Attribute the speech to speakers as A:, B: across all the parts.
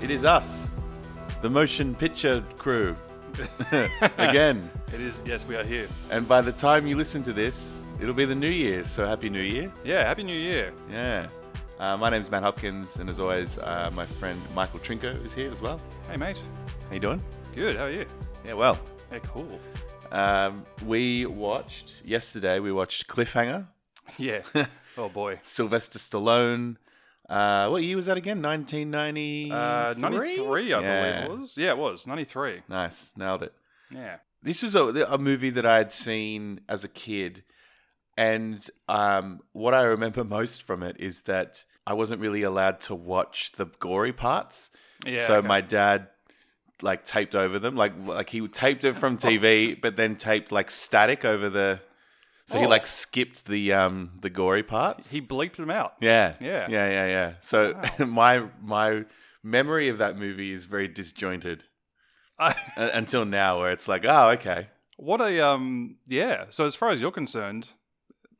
A: It is us, the motion picture crew, again.
B: It is. Yes, we are here.
A: And by the time you listen to this, it'll be the New Year. So happy New Year!
B: Yeah. Happy New Year.
A: Yeah. Uh, my name's Matt Hopkins, and as always, uh, my friend Michael Trinko is here as well.
B: Hey, mate.
A: How you doing?
B: Good. How are you?
A: Yeah, well.
B: Yeah, cool.
A: Um, we watched yesterday. We watched Cliffhanger.
B: Yeah. oh boy.
A: Sylvester Stallone. Uh, what year was that again? 1993?
B: Uh, ninety-three, I
A: Yeah.
B: believe it was. Yeah, it was ninety-three.
A: Nice, nailed it.
B: Yeah.
A: This was a, a movie that I had seen as a kid, and um, what I remember most from it is that I wasn't really allowed to watch the gory parts.
B: Yeah.
A: so
B: okay.
A: my dad like taped over them, like like he taped it from TV, but then taped like static over the. So he
B: Oh.
A: like skipped the um the gory parts.
B: he bleeped them out.
A: Yeah.
B: Yeah.
A: Yeah, yeah, yeah. So my my memory of that movie is very disjointed
B: I-
A: uh, until now where it's like, oh, okay.
B: what a um. Yeah. So as far as you're concerned,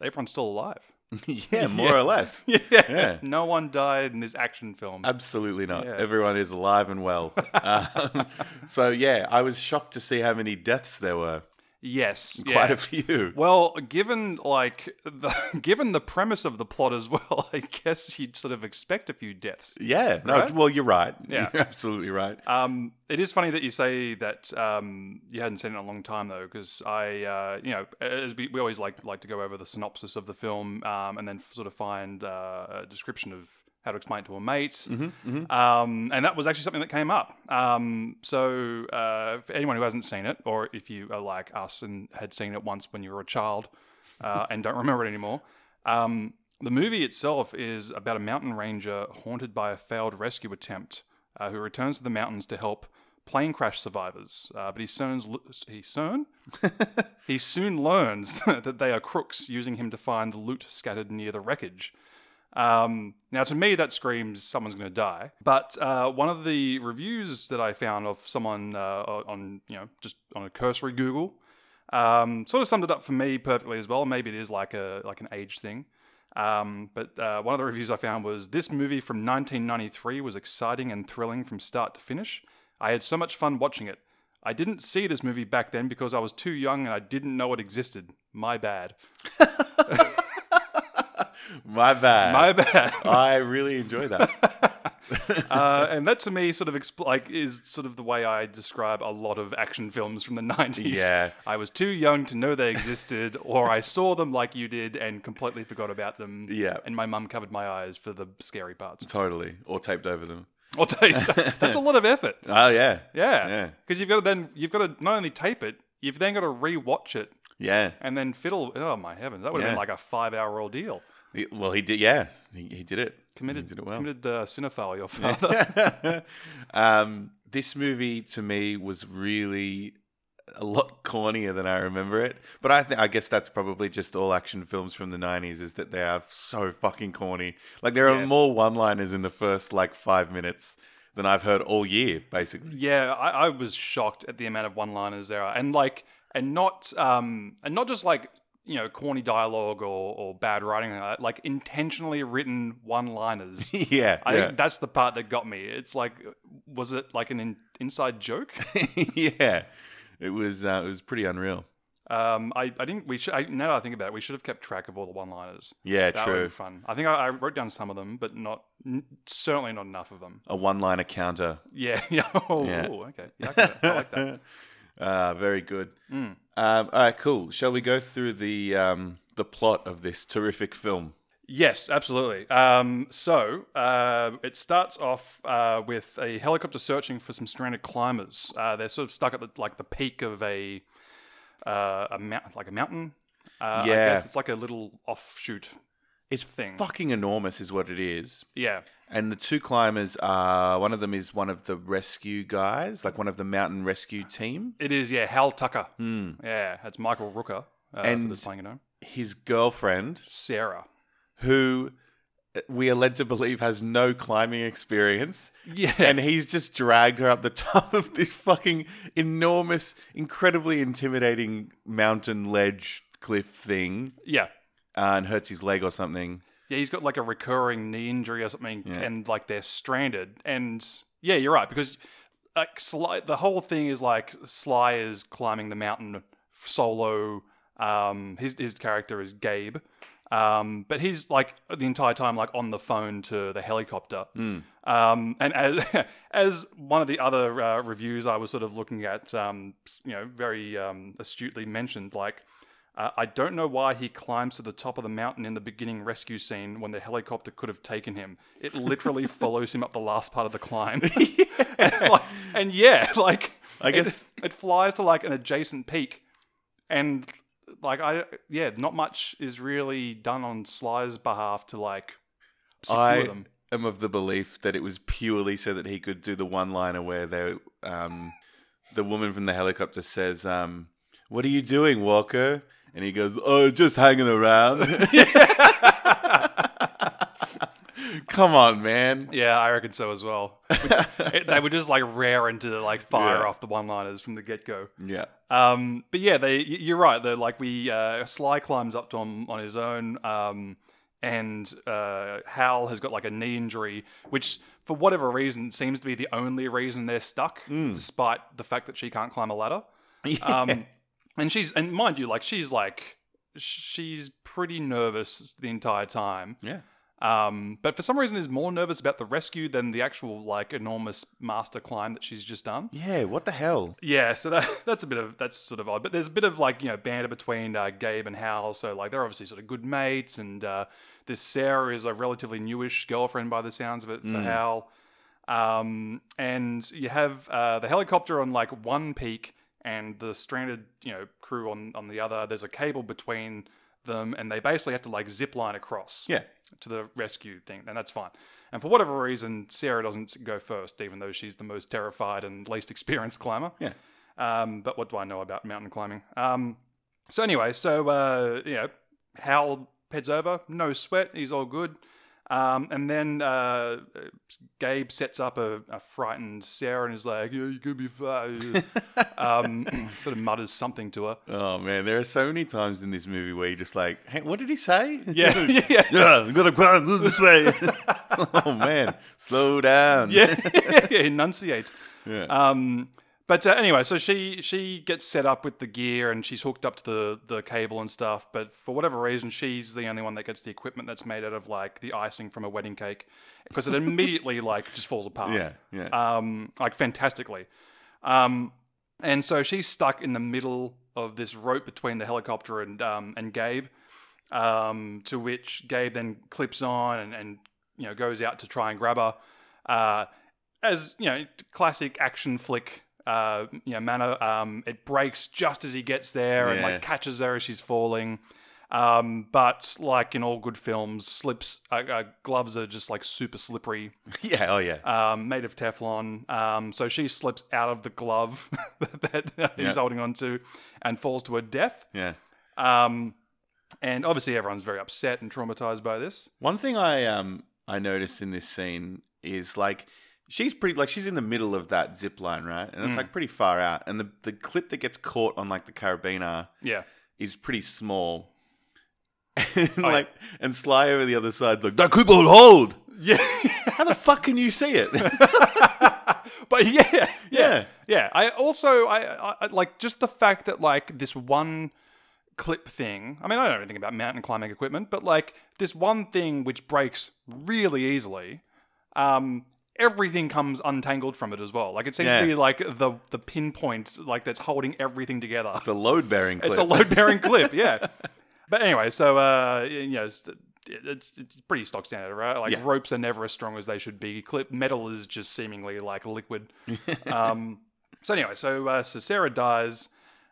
B: everyone's still alive.
A: yeah, more or less. Yeah.
B: No one died in this action film.
A: Uh, Absolutely not.
B: Yeah.
A: Everyone is alive and well. um, so yeah, I was shocked to see how many deaths there were.
B: yes.
A: Quite
B: yeah.
A: a few.
B: Well, given like the given the premise of the plot as well, I guess you'd sort of expect a few deaths.
A: Yeah. No,
B: Right?
A: well, you're right.
B: Yeah.
A: You're absolutely right.
B: Um, it is funny that you say that um, you hadn't seen it in a long time though, because I, uh, you know, as we, we always like like to go over the synopsis of the film um, and then sort of find uh, a description of how to explain it to a mate. Um, and that was actually something that came up. Um, so uh, for anyone who hasn't seen it, or if you are like us and had seen it once when you were a child uh, and don't remember it anymore. Um, the movie itself is about a mountain ranger haunted by a failed rescue attempt uh, who returns to the mountains to help plane crash survivors. Uh, but he soon, he soon, he soon learns that they are crooks using him to find the loot scattered near the wreckage. Um, now, to me, that screams someone's going to die. But uh, one of the reviews that I found of someone uh, on, you know, just on a cursory Google, um, sort of summed it up for me perfectly as well. Maybe it is like a like an age thing. Um, but uh, one of the reviews I found was this movie from 1993 was exciting and thrilling from start to finish. I had so much fun watching it. I didn't see this movie back then because I was too young and I didn't know it existed. My bad.
A: My bad.
B: My bad.
A: I really enjoy that.
B: uh, and that to me sort of expl- like is sort of the way I describe a lot of action films from the 90s.
A: Yeah.
B: I was too young to know they existed or I saw them like you did and completely forgot about them.
A: Yeah.
B: And my mum covered my eyes for the scary parts.
A: totally. Or taped over them.
B: I'll tell you that- that's a lot of effort.
A: Oh yeah.
B: Yeah.
A: Yeah.
B: Cuz you've got to then you've got to not only tape it, you've then got to re-watch it
A: Yeah.
B: and then fiddle oh my heavens, that would have
A: Yeah.
B: been like a 5-hour ordeal.
A: He- well, he did. Yeah, he, he did it.
B: Committed
A: He did it well.
B: committed uh, cinephile your father.
A: um, this movie to me was really a lot cornier than I remember it. But I think I guess that's probably just all action films from the '90s is that they are so fucking corny. Like there are
B: Yeah.
A: more one-liners in the first like five minutes than I've heard all year, basically.
B: Yeah, I, I was shocked at the amount of one-liners there are, and like, and not, um, and not just like you know corny dialogue or, or bad writing, or like, that, like intentionally written one-liners.
A: yeah,
B: I
A: yeah,
B: think that's the part that got me. It's like, was it like an in- inside joke?
A: yeah. It was uh, it was pretty unreal.
B: um, I, I think we should. I, now that I think about it, we should have kept track of all the one-liners.
A: Yeah,
B: That would
A: true.
B: be fun. I think I, I wrote down some of them, but not n- certainly not enough of them.
A: A one-liner counter
B: Yeah, yeah. Oh,
A: Yeah.
B: okay. Yeah, I, can- I like that.
A: Ah, very good.
B: Hmm.
A: Um, all right, cool. Shall we go through the um, the plot of this terrific film?
B: Yes, absolutely. Um, so uh, it starts off uh, with a helicopter searching for some stranded climbers. Uh, they're sort of stuck at the, like the peak of a uh, a mount, like a mountain. Uh, I
A: Yeah.
B: guess it's like a little offshoot.
A: It's
B: Thing.
A: fucking enormous, is what it is.
B: Yeah,
A: And the two climbers are one of them is one of the rescue guys, like one of the mountain rescue team.
B: it is. Yeah, Hal Tucker. Yeah, that's Michael Rooker. Uh, for
A: And-
B: the playing it on.
A: His girlfriend,
B: Sarah.
A: who we are led to believe has no climbing experience.
B: Yeah.
A: And he's just dragged her up the top of this fucking enormous, incredibly intimidating mountain ledge cliff thing
B: Yeah.
A: uh, and hurts his leg or something.
B: Yeah, he's got like a recurring knee injury or something, and like they're stranded. And Yeah, you're right because like Sly, the whole thing is like Sly is climbing the mountain solo. Um, his his character is Gabe, um, but he's like the entire time like on the phone to the helicopter. Um, and as as one of the other uh, reviews I was sort of looking at, um, you know, very um, astutely mentioned, like uh, I don't know why he climbs to the top of the mountain in the beginning rescue scene when the helicopter could have taken him. It literally follows him up the last part of the climb. and, like- and yeah, like
A: I
B: it-
A: guess-
B: it, flies to like an adjacent peak, and like I yeah, not much is really done on Sly's behalf to like secure
A: I
B: them.
A: am of the belief that it was purely so that he could do the one liner where the um, the woman from the helicopter says, um, "What are you doing, Walker?" And he goes, "Oh, just hanging around." Come on, man.
B: Yeah, I reckon so as well. Which- it- they were just like raring to like fire
A: Yeah.
B: off the one-liners from the get-go.
A: Yeah.
B: Um, but yeah, they y- you're right. They're like we uh, Sly climbs up to him on his own, um, and uh, Hal has got like a knee injury, which for whatever reason seems to be the only reason they're stuck, despite the fact that she can't climb a ladder. Um, and she's and mind you, like she's like she's pretty nervous the entire time.
A: Yeah.
B: Um, but for some reason, is more nervous about the rescue than the actual like enormous master climb that she's just done.
A: Yeah. What the hell?
B: Yeah, so that that's a bit of that's sort of odd, but there's a bit of like you know banter between uh, Gabe and Hal, so like they're obviously sort of good mates, and uh, this Sarah is a relatively newish girlfriend by the sounds of it for Hal, um, and you have uh, the helicopter on like one peak and the stranded you know crew on on the other. There's a cable between them, and they basically have to like zip line across
A: Yeah.
B: to the rescue thing, and that's fine. And for whatever reason, Sarah doesn't go first, even though she's the most terrified and least experienced climber.
A: Yeah.
B: Um, but what do I know about mountain climbing? Um, so anyway, so uh, you know, Hal heads over, no sweat, he's all good. Um, and then uh, Gabe sets up a, a frightened Sarah and is like, "Yeah, you're gonna be fine." um, sort of mutters something to her.
A: Oh man, there are so many times in this movie where you're just like, hey, "What did he say?"
B: Yeah, yeah,
A: Yeah, I'm gonna cry go this way. oh man, slow down.
B: yeah, yeah, enunciate.
A: Yeah.
B: Um, but uh, anyway, so she she gets set up with the gear and she's hooked up to the the cable and stuff. But for whatever reason, she's the only one that gets the equipment that's made out of like the icing from a wedding cake because it immediately like just falls apart.
A: yeah, yeah.
B: Um, like fantastically. Um, and so she's stuck in the middle of this rope between the helicopter and um, and Gabe. Um, to which Gabe then clips on and, and you know goes out to try and grab her. Uh, as you know, classic action flick. Uh, you know, manner. Um, it breaks just as he gets there and
A: Yeah.
B: like catches her as she's falling. Um, but like in all good films, slips uh, uh, gloves are just like super slippery
A: yeah, oh yeah.
B: um, made of Teflon. Um, so she slips out of the glove that
A: Yeah.
B: he's holding on to and falls to her death.
A: yeah.
B: Um, and obviously, everyone's very upset and traumatized by this.
A: One thing I um I noticed in this scene is like she's pretty like she's in the middle of that zip line, right? And it's
B: Hmm.
A: like pretty far out. And the the clip that gets caught on like the carabiner
B: Yeah.
A: is pretty small. And
B: Oh,
A: like and Sly over the other side's like, that clip won't hold.
B: Yeah.
A: How the fuck can you see it?
B: but yeah, yeah.
A: Yeah.
B: Yeah. I also, I, I, I like just the fact that, like, this one clip thing. I mean, I don't know anything about mountain climbing equipment, but like this one thing which breaks really easily. Um, everything comes untangled from it as well. Like it seems
A: Yeah.
B: to be like the the pinpoint like that's holding everything together.
A: it's a load bearing clip.
B: It's a load bearing clip, yeah. But anyway, so uh, you know, it's, it's it's pretty stock standard, right? Like
A: Yeah.
B: ropes are never as strong as they should be. Clip metal is just seemingly like liquid. um, so anyway, so uh, so Sarah dies,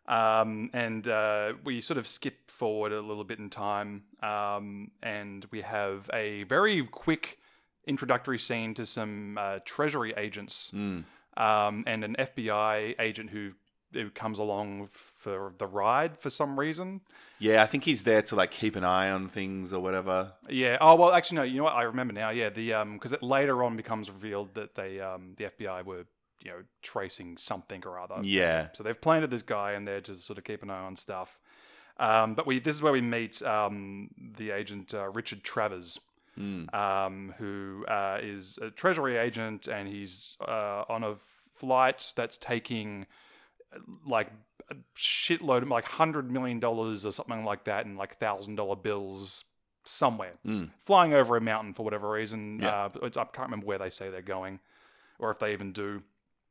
B: um, and uh, we sort of skip forward a little bit in time, um, and we have a very quick introductory scene to some uh, Treasury agents
A: Mm.
B: um, and an FBI agent who who comes along for the ride for some reason.
A: Yeah, I think he's there to like keep an eye on things or whatever.
B: Yeah. Oh well, actually no. You know what? I remember now. Yeah. The um because it later on becomes revealed that they um the FBI were you know tracing something or other.
A: Yeah.
B: So they've planted this guy in there to sort of keep an eye on stuff. Um, but we this is where we meet um the agent uh, Richard Travers.
A: Mm.
B: um, who uh, is a treasury agent and he's uh, on a flight that's taking uh, like a shitload of like hundred million dollars or something like that and like thousand dollar bills somewhere
A: Mm.
B: flying over a mountain for whatever reason
A: Yeah.
B: uh, it's, i can't remember where they say they're going or if they even do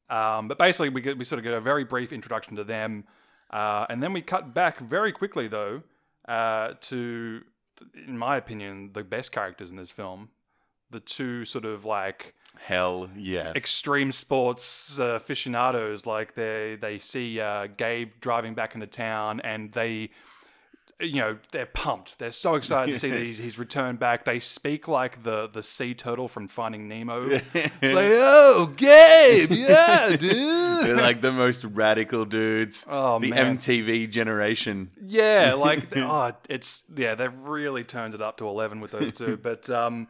B: um, but basically we, get, we sort of get a very brief introduction to them uh, and then we cut back very quickly though uh, to in my opinion, the best characters in this film. The two sort of like
A: Hell yes.
B: extreme sports uh, aficionados, like they they see uh, Gabe driving back into town, and they, you know, they're pumped. They're so excited to see that he's, he's returned back. They speak like the the sea turtle from Finding Nemo. it's like, oh, Gabe, yeah, dude.
A: They're like the most radical dudes.
B: Oh,
A: the
B: man.
A: MTV generation.
B: Yeah, like oh, it's yeah, they've really turned it up to eleven with those two. But um,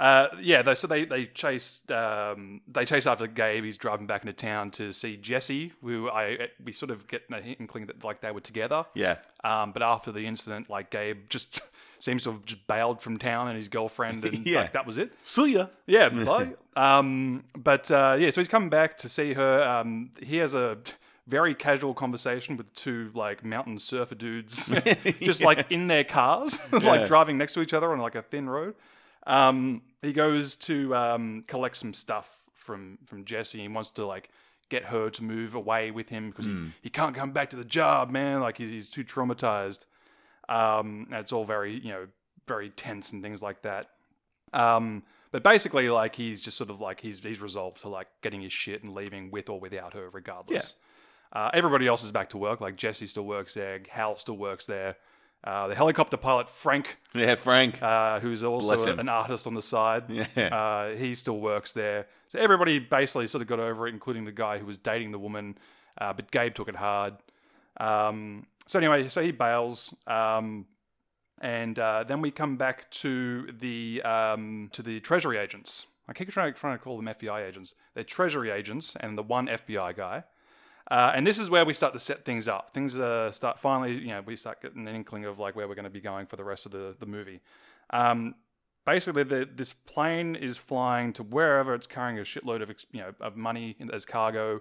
B: uh, yeah, though, so they they chase um, they chase after Gabe. He's driving back into town to see Jesse, who I we sort of get an inkling that like they were together.
A: Yeah.
B: Um, but after the incident, like Gabe just seems to have just bailed from town and his girlfriend, and
A: Yeah.
B: like that was it.
A: See ya.
B: Yeah, bye. um, but uh, yeah, so he's coming back to see her. Um, he has a very casual conversation with two like mountain surfer dudes, just like in their cars,
A: Yeah.
B: like driving next to each other on like a thin road. Um, he goes to um, collect some stuff from from Jesse. He wants to like get her to move away with him because he, he can't come back to the job, man. Like he's, he's too traumatized. Um, and it's all very you know very tense and things like that. Um, but basically, like he's just sort of like he's he's resolved to like getting his shit and leaving with or without her, regardless. Uh, everybody else is back to work. Like Jesse still works there, Hal still works there. Uh, the helicopter pilot Frank,
A: Yeah, Frank.
B: uh, who's also
A: Bless him.
B: an artist on the side,
A: yeah.
B: uh, he still works there. So everybody basically sort of got over it, including the guy who was dating the woman. Uh, but Gabe took it hard. Um, so anyway, so he bails, um, and uh, then we come back to the um, to the Treasury agents. I keep trying trying to call them FBI agents. They're Treasury agents, and the one FBI guy. Uh, and this is where we start to set things up. Things uh, start finally, you know, we start getting an inkling of like where we're going to be going for the rest of the the movie. Um, basically, the, this plane is flying to wherever it's carrying a shitload of ex- you know of money in- as cargo.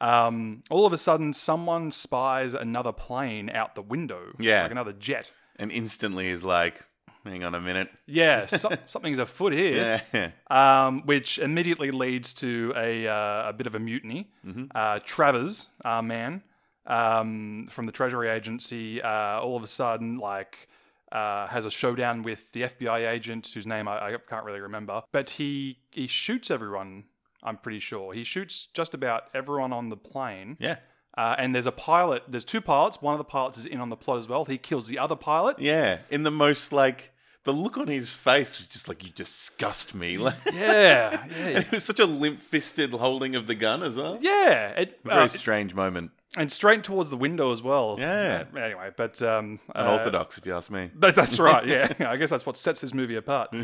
B: Um, all of a sudden, someone spies another plane out the window,
A: Yeah.
B: like another jet.
A: and instantly is like, hang on a minute.
B: Yeah, so- something's afoot here.
A: Yeah.
B: um, which immediately leads to a, uh, a bit of a mutiny. Uh, Travers, our man um, from the Treasury Agency, uh, all of a sudden, like, uh, has a showdown with the FBI agent whose name I, I can't really remember, but he he shoots everyone. I'm pretty sure he shoots just about everyone on the plane.
A: Yeah.
B: Uh, and there's a pilot. There's two pilots. One of the pilots is in on the plot as well. He kills the other pilot.
A: Yeah. In the most like, the look on his face was just like, you disgust me. Like,
B: Yeah, yeah, yeah.
A: it was such a limp fisted holding of the gun as well.
B: yeah. It,
A: Very
B: uh,
A: strange moment.
B: and straight towards the window as well.
A: Yeah.
B: Uh, anyway, but um, uh,
A: Unorthodox, if you ask me.
B: that- that's right. Yeah, I guess that's what sets this movie apart.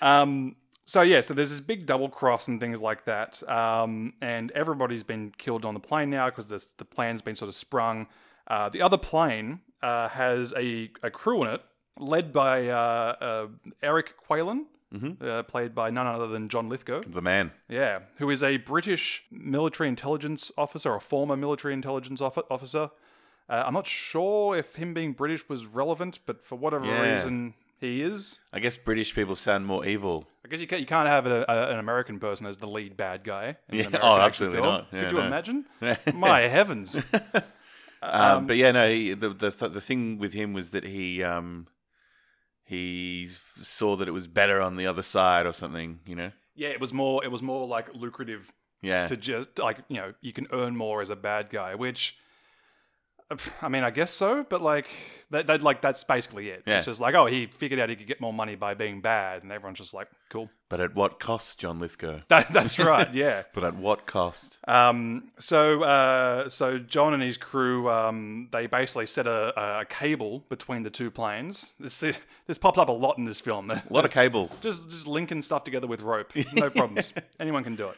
B: um, so yeah, so there's this big double cross and things like that, um, and everybody's been killed on the plane now because the plan's been sort of sprung. Uh, the other plane uh, has a, a crew in it led by uh, uh, Eric Quaylen, uh, played by none other than John Lithgow.
A: The man.
B: Yeah, who is a British military intelligence officer, a former military intelligence offi- officer. Uh, I'm not sure if him being British was relevant, but for whatever
A: Yeah.
B: reason, he is.
A: I guess British people sound more evil.
B: I guess you can't, you can't have a, a, an American person as the lead bad guy. In
A: Yeah,
B: an American
A: oh,
B: action
A: absolutely
B: film.
A: not. Yeah,
B: Could you
A: no.
B: imagine? My heavens.
A: Um, but yeah, no. He, the the th- the thing with him was that he um he f- saw that it was better on the other side or something. You know.
B: Yeah, it was more. It was more like lucrative
A: Yeah.
B: to just like you know you can earn more as a bad guy, which I mean I guess so, but like that, that like that's basically it.
A: Yeah.
B: It's just like oh he figured out he could get more money by being bad, and everyone's just like cool.
A: but at what cost, John Lithgow?
B: That, that's right, yeah.
A: But at what cost?
B: Um, so uh, so John and his crew um, they basically set a, a cable between the two planes. This this pops up a lot in this film.
A: A lot of cables.
B: just just linking stuff together with rope. No problems. Anyone can do it.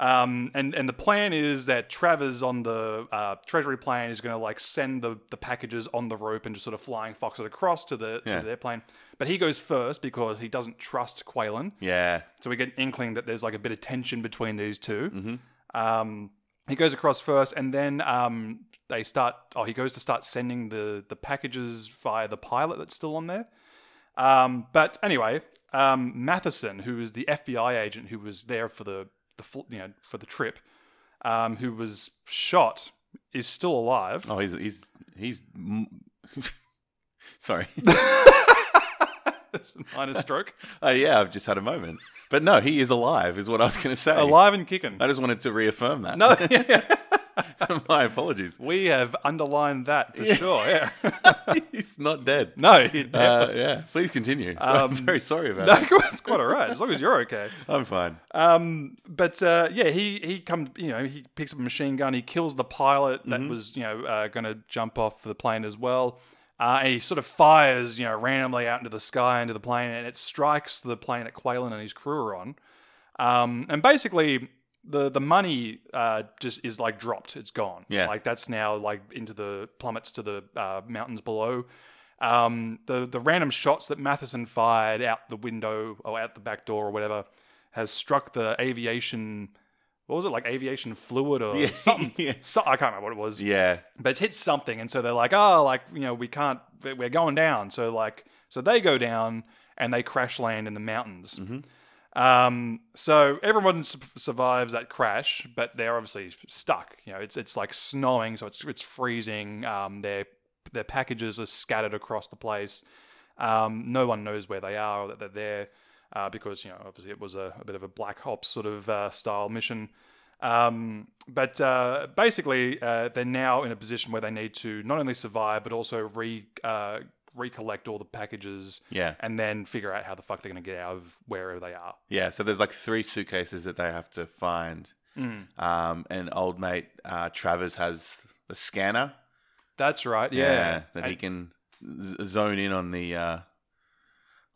B: Um, and and the plan is that Travers on the uh, Treasury plane is going to like send the, the packages on the rope and just sort of flying fox it across to the to
A: Yeah.
B: the airplane. But he goes first because he doesn't trust Quaylen.
A: Yeah.
B: So we get an inkling that there's like a bit of tension between these 2 Um, he goes across first, and then um, they start. Oh, he goes to start sending the the packages via the pilot that's still on there. Um, but anyway, um, Matheson, who is the FBI agent who was there for the the fl- you know for the trip, um, who was shot, is still alive.
A: Oh, he's he's he's. m- Sorry.
B: Minor stroke,
A: Oh yeah, I've just had a moment. But no, he is alive. Is what I was going to say.
B: alive and kicking.
A: I just wanted to reaffirm that.
B: No, yeah,
A: my apologies.
B: we have underlined that for sure. Yeah,
A: He's not dead.
B: no, he definitely
A: Uh, yeah, please continue. So I'm very sorry about
B: No,
A: it.
B: it's quite all right as long as you're okay.
A: I'm fine.
B: Um, but uh, yeah, he he comes, you know, he picks up a machine gun, he kills the pilot that was, you know, uh, going to jump off the plane as well. Uh, and he sort of fires, you know, randomly out into the sky into the plane, and it strikes the plane that Quaylen and his crew are on. Um, and basically, the the money uh, just is like dropped. It's gone.
A: Yeah.
B: Like that's now like into the plummets to the uh, mountains below. Um, the the random shots that Matheson fired out the window or out the back door or whatever has struck the aviation. What was it like? Aviation fluid or
A: Yeah,
B: something?
A: yeah.
B: So, I can't remember what it was
A: Yeah,
B: but it's hit something and so they're like oh like you know we can't we're going down so like so they go down and they crash land in the
A: Mm-hmm.
B: mountains um, so everyone su- survives that crash but they're obviously stuck you know it's it's like snowing so it's it's freezing um, their their packages are scattered across the place um, no one knows where they are or that they're there uh, because you know obviously it was a, a bit of a black ops sort of uh, style mission um, but uh, basically, uh, they're now in a position where they need to not only survive but also re uh, recollect all the packages,
A: yeah,
B: and then figure out how the fuck they're going to get out of wherever they are.
A: yeah. So there's like three suitcases that they have to find.
B: Mm.
A: Um, and old mate uh, Travers has the scanner.
B: That's right. Yeah.
A: that
B: And-
A: he can z- zone in on the uh,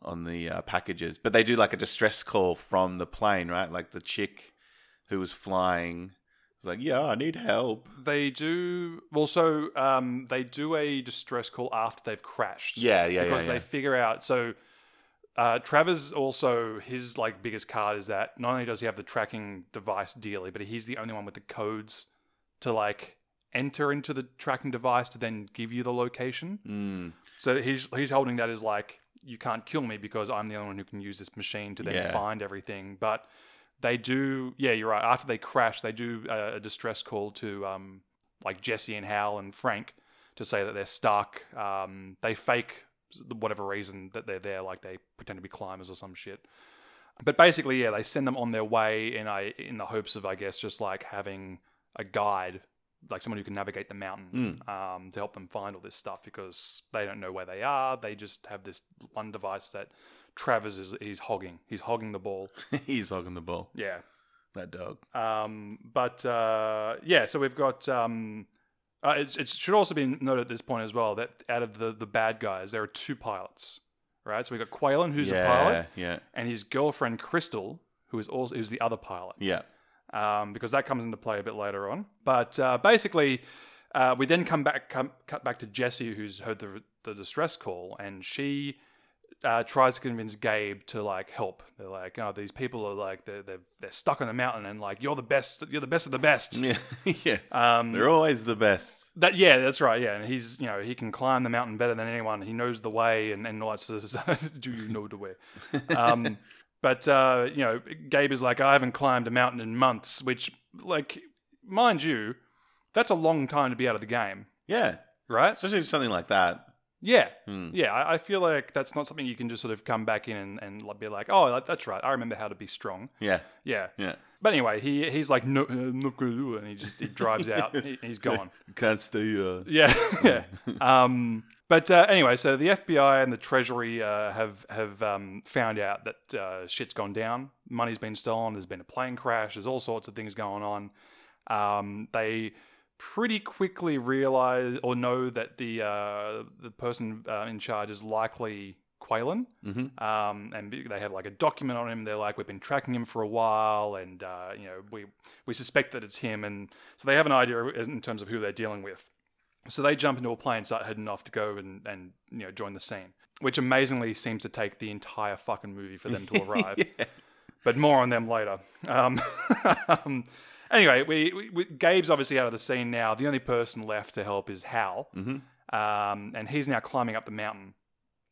A: on the uh, packages. But they do like a distress call from the plane, right? Like the chick who was flying was like, "Yeah, I need help."
B: They do also. Um, they do a distress call after they've crashed.
A: Yeah, yeah, yeah,
B: because
A: yeah.
B: they figure out. So, uh, Travers also his like biggest card is that not only does he have the tracking device dearly, but he's the only one with the codes to like enter into the tracking device to then give you the location.
A: Mm,
B: So he's he's holding that as like you can't kill me because I'm the only one who can use this machine to then
A: Yeah.
B: find everything. But they do, yeah, you're right. After they crash, they do uh, a, a distress call to um like Jesse and Hal and Frank to say that they're stuck. Um, they fake whatever reason that they're there, like they pretend to be climbers or some shit. But basically, yeah, they send them on their way in I in the hopes of, I guess, just like having a guide, like someone who can navigate the mountain um, to help them find all this stuff because they don't know where they are. They just have this one device that Travers is he's hogging. He's hogging the ball.
A: he's hogging the ball.
B: Yeah.
A: That dog.
B: Um, but uh, yeah, so we've got. Um, uh, it, it should also be noted at this point as well that out of the the bad guys, there are two pilots, right? So we've got Quaylen, who's
A: yeah,
B: a pilot,
A: yeah,
B: and his girlfriend Crystal, who is also who's the other pilot,
A: yeah.
B: um, because that comes into play a bit later on. But uh, basically, uh, we then come back come, cut back to Jessie, who's heard the the distress call, and she uh, tries to convince Gabe to like help. They're like, "Oh, these people are like they're they're, they're stuck on the mountain, and like you're the best, you're the best of the best."
A: Yeah, yeah.
B: Um,
A: They're always the best.
B: that yeah, that's right. Yeah, and he's you know he can climb the mountain better than anyone. He knows the way, and and all that sort of stuff. Do you know the way? Um, but uh, you know, Gabe is like, I haven't climbed a mountain in months. Which, like, mind you, that's a long time to be out of the game,
A: Yeah,
B: right?
A: especially if something like that.
B: Yeah,
A: Hmm.
B: yeah. I, I feel like that's not something you can just sort of come back in and and like, be like, oh, that- that's right. I remember how to be strong.
A: Yeah,
B: Yeah.
A: yeah.
B: But anyway, he he's like, no, I'm not gonna do it, and he just he drives out. He, he's gone.
A: Can't stay. Uh,
B: Yeah, yeah. um, but uh, anyway, so the FBI and the Treasury uh, have have um, found out that uh, shit's gone down. Money's been stolen. There's been a plane crash. There's all sorts of things going on. Um, they pretty quickly realize or know that the uh, the person uh, in charge is likely Quaylen, um, and be- they have like a document on him. They're like, we've been tracking him for a while, and uh, you know, we we suspect that it's him, and so they have an idea in terms of who they're dealing with. So they jump into a plane, start heading off to go and, and you know join the scene, which amazingly seems to take the entire fucking movie for them to arrive. But more on them later. Um, um, anyway, we, we, we Gabe's obviously out of the scene now. The only person left to help is Hal, um, and he's now climbing up the mountain.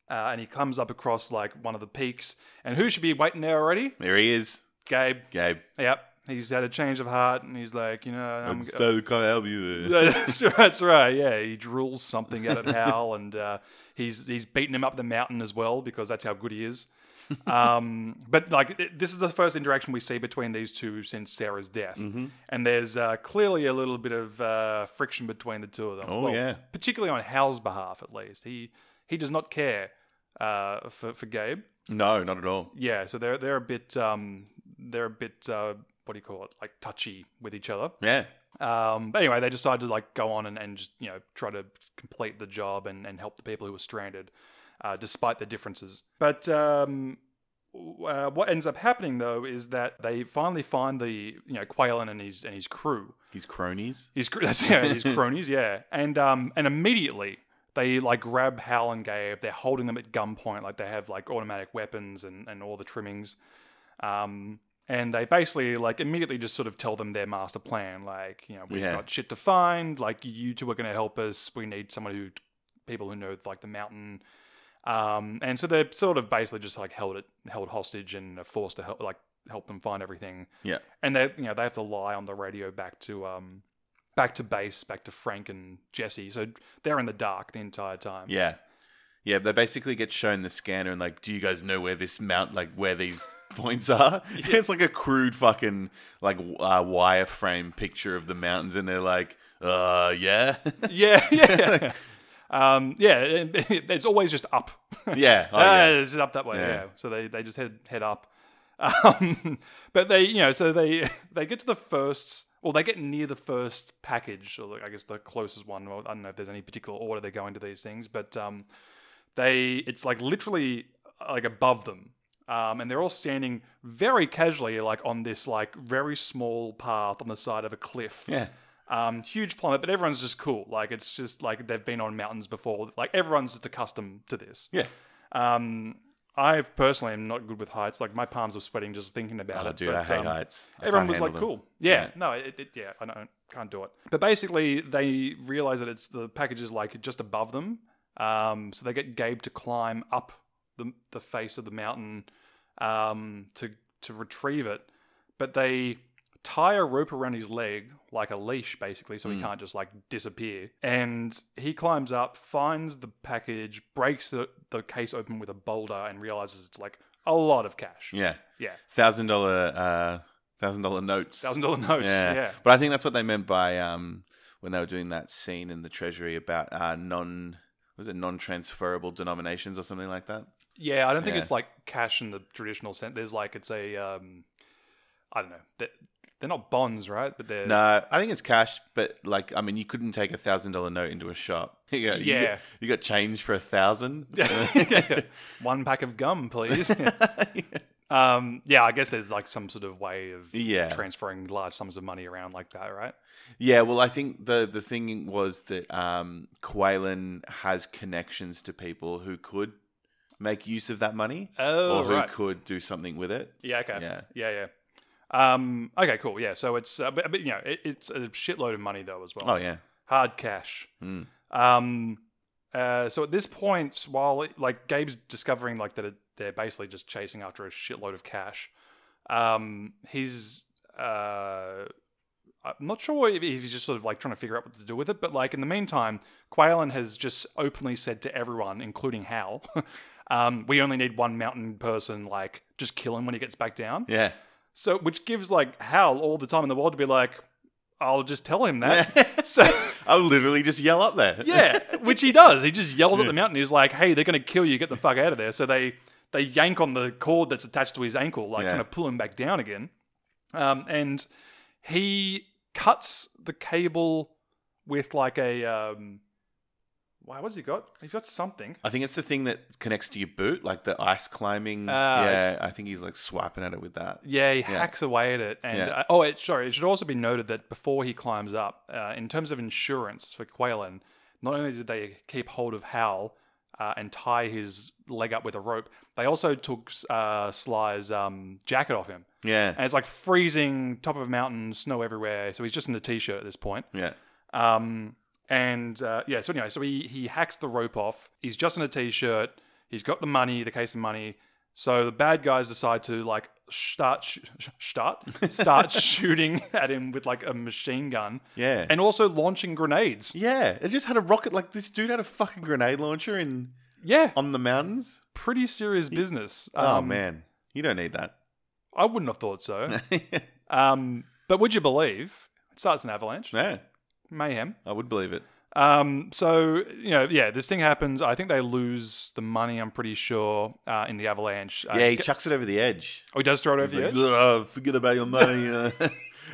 B: Uh, and he comes up across like one of the peaks, and who should be waiting there already?
A: There he is,
B: Gabe.
A: Gabe.
B: Yep, he's had a change of heart, and he's like, you know, I'm,
A: so can't help you.
B: that's right. That's right. Yeah, he drools something out of Hal, and uh, he's he's beating him up the mountain as well because that's how good he is. Um, but like th- this is the first interaction we see between these two since Sarah's death,
A: Mm-hmm.
B: and there's uh, clearly a little bit of uh, friction between the two of them.
A: Oh, yeah.
B: particularly on Hal's behalf, at least he he does not care uh, for for Gabe.
A: No, not at all.
B: Yeah, so they're they're a bit um, they're a bit uh, what do you call it like touchy with each other.
A: Yeah.
B: Um, but anyway, they decided to like go on and, and just, you know try to complete the job and, and help the people who were stranded, uh, despite the differences. But um, w- uh, what ends up happening though is that they finally find the you know Quaylen and his and his crew,
A: His cronies.
B: his cr- that's, yeah, his cronies, yeah, and um and immediately they like grab Hal and Gabe. They're holding them at gunpoint, like they have like automatic weapons and and all the trimmings. Um, and they basically like immediately just sort of tell them their master plan, like you know we've
A: Yeah.
B: got shit to find. Like you two are going to help us. We need someone who people who know like the mountain. Um, and so they're sort of basically just like held it held hostage and are forced to help like help them find everything
A: Yeah.
B: and they you know they have to lie on the radio back to um back to base back to frank and jesse so they're in the dark the entire time
A: Yeah. Yeah, they basically get shown the scanner and like, do you guys know where this mount, like where these points are? It's like a crude fucking like w- uh, wireframe picture of the mountains, and they're like, uh, yeah,
B: yeah yeah um yeah and it's always just up
A: yeah, oh,
B: Ah,
A: yeah.
B: it's just up that way yeah,
A: Yeah.
B: so they they just head head up um but they you know so they they get to the first well they get near the first package or i guess the closest one well, i don't know if there's any particular order they go into these things but um they it's like literally like above them um, and they're all standing very casually like on this like very small path on the side of a cliff
A: Yeah.
B: um, huge plummet but everyone's just cool like it's just like they've been on mountains before like everyone's just accustomed to this
A: Yeah.
B: um, i personally am not good with heights like my palms are sweating just thinking about
A: Oh,
B: it
A: dude,
B: but,
A: I hate
B: um,
A: heights. I can't
B: everyone was
A: handle
B: like
A: them.
B: cool yeah, no it, it, yeah i don't, can't do it but basically they realize that it's the package is like just above them um, so they get gabe to climb up the, the face of the mountain um, to to retrieve it but they tie a rope around his leg like a leash basically
A: Hmm.
B: so he can't just like disappear and he climbs up finds the package breaks the, the case open with a boulder and realizes it's like a lot of cash
A: Yeah,
B: yeah
A: thousand dollar, uh, thousand dollar notes.
B: thousand dollar notes
A: Yeah.
B: yeah.
A: But I think that's what they meant by um, when they were doing that scene in the Treasury about uh, non was it non transferable denominations or something like that.
B: Yeah, I don't think
A: Yeah.
B: it's like cash in the traditional sense. There's like it's a um, I don't know. They're, they're not bonds, right? But they're
A: No, I think it's cash, but like, I mean, you couldn't take a thousand dollar note into a shop. You got, you
B: Yeah.
A: got, you got change for a thousand.
B: one pack of gum, please. um, yeah, I guess there's like some sort of way of
A: Yeah.
B: transferring large sums of money around like that, right?
A: yeah, well, I think the the thing was that um, Quaylen has connections to people who could make use of that money,
B: Oh,
A: or who
B: right.
A: could do something with it.
B: Yeah. Okay.
A: Yeah.
B: Yeah. Yeah. Um, okay. Cool. Yeah. So it's uh, but, but you know it, it's a shitload of money though as well.
A: Oh yeah,
B: hard cash. Um, uh, so at this point, while like Gabe's discovering like that it, they're basically just chasing after a shitload of cash, um, he's uh, I'm not sure if, if he's just sort of like trying to figure out what to do with it, but like in the meantime, Quaylen has just openly said to everyone, including Hal, um, we only need one mountain person. Like, just kill him when he gets back down.
A: yeah.
B: So, which gives like Hal all the time in the world to be like, I'll just tell him that. so.
A: I'll literally just yell up there.
B: Yeah, which he does. He just yells at the mountain. He's like, "Hey, they're going to kill you. Get the fuck out of there." So they they yank on the cord that's attached to his ankle, like
A: Yeah.
B: trying to pull him back down again. Um, and he cuts the cable with like a um, Why? What's he got? He's got something.
A: I think it's the thing that connects to your boot, like the ice climbing.
B: Ah,
A: yeah, I think he's like swiping at it with that.
B: Yeah, he hacks away at it, and
A: Yeah.
B: uh, oh, it, sorry, it should also be noted that before he climbs up, uh, in terms of insurance for Quaylen, not only did they keep hold of Hal uh, and tie his leg up with a rope, they also took uh, Sly's um, jacket off him,
A: Yeah,
B: and it's like freezing, top of a mountain, snow everywhere, so he's just in the t-shirt at this point.
A: yeah,
B: Um, and uh, yeah, so anyway, so he he hacks the rope off. He's just in a t-shirt. He's got the money, the case of money. So the bad guys decide to like start sh- sh- start start shooting at him with like a machine gun,
A: yeah,
B: and also launching grenades.
A: yeah. It just had a rocket. Like this dude had a fucking grenade launcher in
B: Yeah,
A: on the mountains.
B: pretty serious business.
A: Oh
B: Um,
A: man, you don't need that.
B: I wouldn't have thought so.
A: yeah,
B: um, but would you believe it starts an avalanche, mayhem?
A: I would believe it.
B: Um, so you know, yeah, this thing happens. I think they lose the money. I'm pretty sure uh, in the avalanche. Uh,
A: Yeah, he chucks it over the edge.
B: oh, he does throw it over
A: He's
B: the
A: like,
B: edge.
A: "Ugh, forget about your money. you know."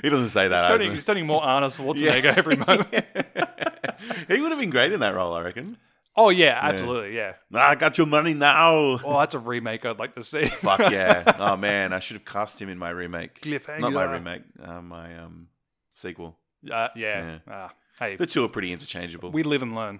A: he doesn't say that.
B: He's turning,
A: actually.
B: he's turning more Arnold Schwarzenegger
A: Yeah.
B: every moment.
A: he would have been great in that role, I reckon.
B: Oh yeah, absolutely, yeah.
A: "Nah, I got your money now.
B: Oh, that's a remake I'd like to see.
A: Fuck yeah! Oh man, I should have cast him in my remake.
B: Cliffhanger.
A: Not my remake. Uh, my um sequel.
B: Uh, yeah. Uh, hey,
A: The two are pretty interchangeable.
B: we live and learn.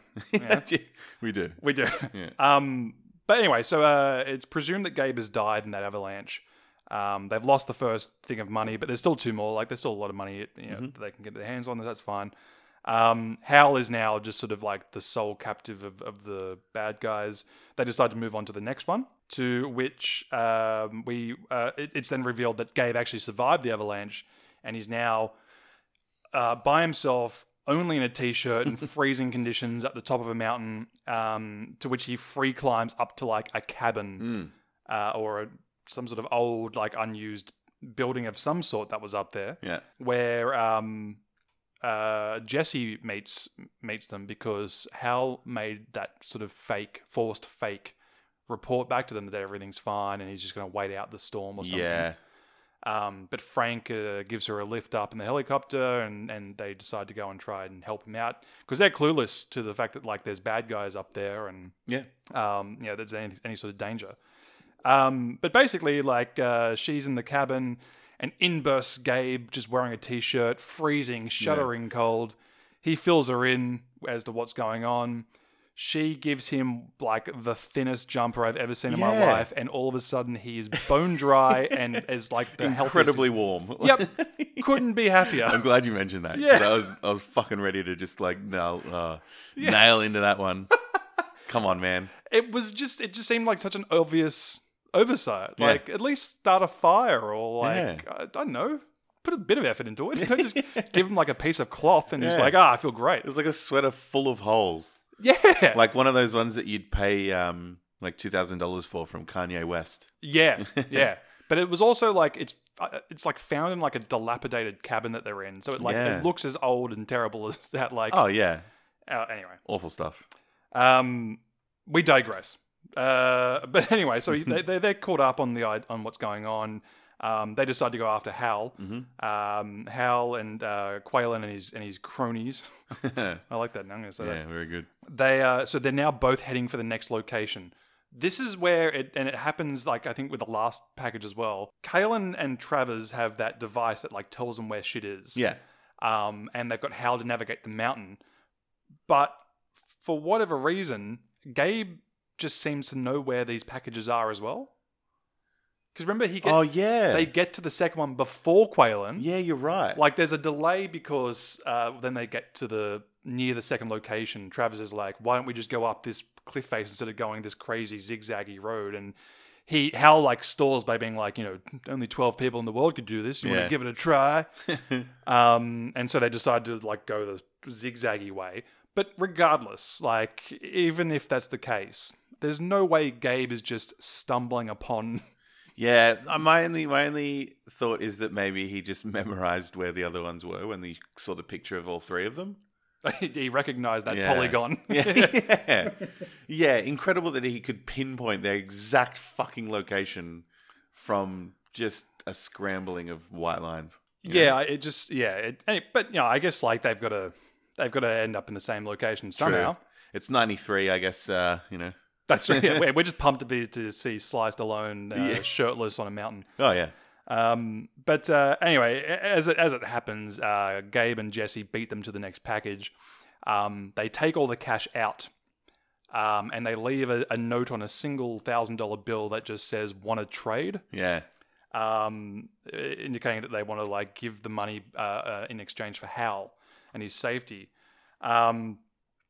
A: we do.
B: We do.
A: Yeah.
B: Um, but anyway, so uh, it's presumed that Gabe has died in that avalanche. Um, they've lost the first thing of money, but there's still two more. Like there's still a lot of money you
A: Mm-hmm.
B: know, that they can get their hands on. That's fine. Um, Hal is now just sort of like the sole captive of, of the bad guys. They decide to move on to the next one, to which um, we uh, it, it's then revealed that Gabe actually survived the avalanche, and he's now uh, by himself, only in a t-shirt in freezing conditions at the top of a mountain, um, to which he free climbs up to like a cabin uh, or a, some sort of old, like unused building of some sort that was up there,
A: Yeah.
B: where um, uh, Jesse meets meets them because Hal made that sort of fake, forced fake report back to them that everything's fine and he's just going to wait out the storm or something.
A: Yeah.
B: Um, but Frank uh, gives her a lift up in the helicopter, and, and they decide to go and try and help him out because they're clueless to the fact that like there's bad guys up there, and
A: Yeah.
B: um, you know there's any, any sort of danger. Um, but basically, like uh, she's in the cabin, and in bursts Gabe, just wearing a t-shirt, freezing, shuddering cold. He fills her in as to what's going on. She gives him like the thinnest jumper I've ever seen in my
A: Yeah.
B: life, and all of a sudden he is bone dry and is like the healthiest
A: Incredibly warm.
B: Yep. Couldn't be happier.
A: I'm glad you mentioned that. 'cause
B: Yeah.
A: I was I was fucking ready to just like no uh, nail into that one. Come on, man.
B: It was just it just seemed like such an obvious oversight. Like at least start a fire or like I don't know. Put a bit of effort into it. Don't just give him like a piece of cloth and he's
A: Yeah.
B: like, ah, I feel great.
A: It was like a sweater full of holes.
B: Yeah.
A: Like one of those ones that you'd pay um like two thousand dollars for from Kanye West.
B: yeah. Yeah. But it was also like it's uh, it's like found in like a dilapidated cabin that they're in. So it like
A: Yeah.
B: it looks as old and terrible as that like
A: Oh yeah.
B: uh, anyway.
A: Awful stuff.
B: Um, we digress. Uh, but anyway, so they, they, they're caught up on the i- on what's going on. Um, they decide to go after Hal. Um, Hal and uh, Quaylen and his and his cronies.
A: yeah,
B: I like that. Now I'm going to say that
A: very good.
B: they uh, so they're now both heading for the next location. This is where it and it happens like I think with the last package as well. Kalen and Travers have that device that like tells them where shit is
A: Yeah.
B: um, and they've got how to navigate the mountain. But for whatever reason, Gabe just seems to know where these packages are as well. Because remember, he get,
A: oh yeah.
B: they get to the second one before Quaylen.
A: yeah, you're right.
B: Like there's a delay because uh, then they get to the near the second location. Travis is like, "Why don't we just go up this cliff face instead of going this crazy zigzaggy road?" And he Hal like stores by being like, "You know, only twelve people in the world could do this. You want
A: Yeah.
B: to give it a try?" um, and so they decide to like go the zigzaggy way. But regardless, like even if that's the case, there's no way Gabe is just stumbling upon.
A: yeah, uh, my only my only thought is that maybe he just memorized where the other ones were when he saw the picture of all three of them.
B: he recognized that
A: Yeah.
B: polygon.
A: yeah. yeah, incredible that he could pinpoint their exact fucking location from just a scrambling of white lines.
B: Yeah, it just yeah. It, any- but you know, I guess like they've got to they've got to end up in the same location somehow.
A: it's ninety three, I guess. Uh, you know.
B: That's right. Yeah, we're- we're just pumped to be to see Sliced alone, uh,
A: Yeah.
B: shirtless on a mountain.
A: Oh yeah.
B: Um, but uh, anyway, a- as it as it happens, uh, Gabe and Jesse beat them to the next package. Um, they take all the cash out, um, and they leave a, a note on a single thousand dollar bill that just says "want to trade,"
A: Yeah.
B: um, i- indicating that they want to like give the money uh, uh, in exchange for Hal and his safety. Um,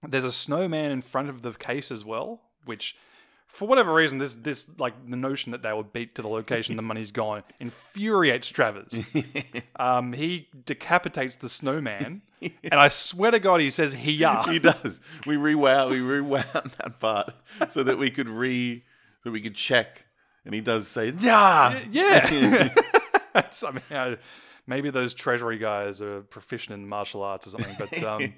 B: there's a snowman in front of the case as well, which. For whatever reason, this this like the notion that they were beat to the location, the money's gone, infuriates Travers. Um, he decapitates the snowman, and I swear to God, he says he ya.
A: he does. We rewound we rewound that part so that we could re so we could check. And he does say, Yeah.
B: Yeah. That's- I mean, I- maybe those treasury guys are proficient in martial arts or something. But um,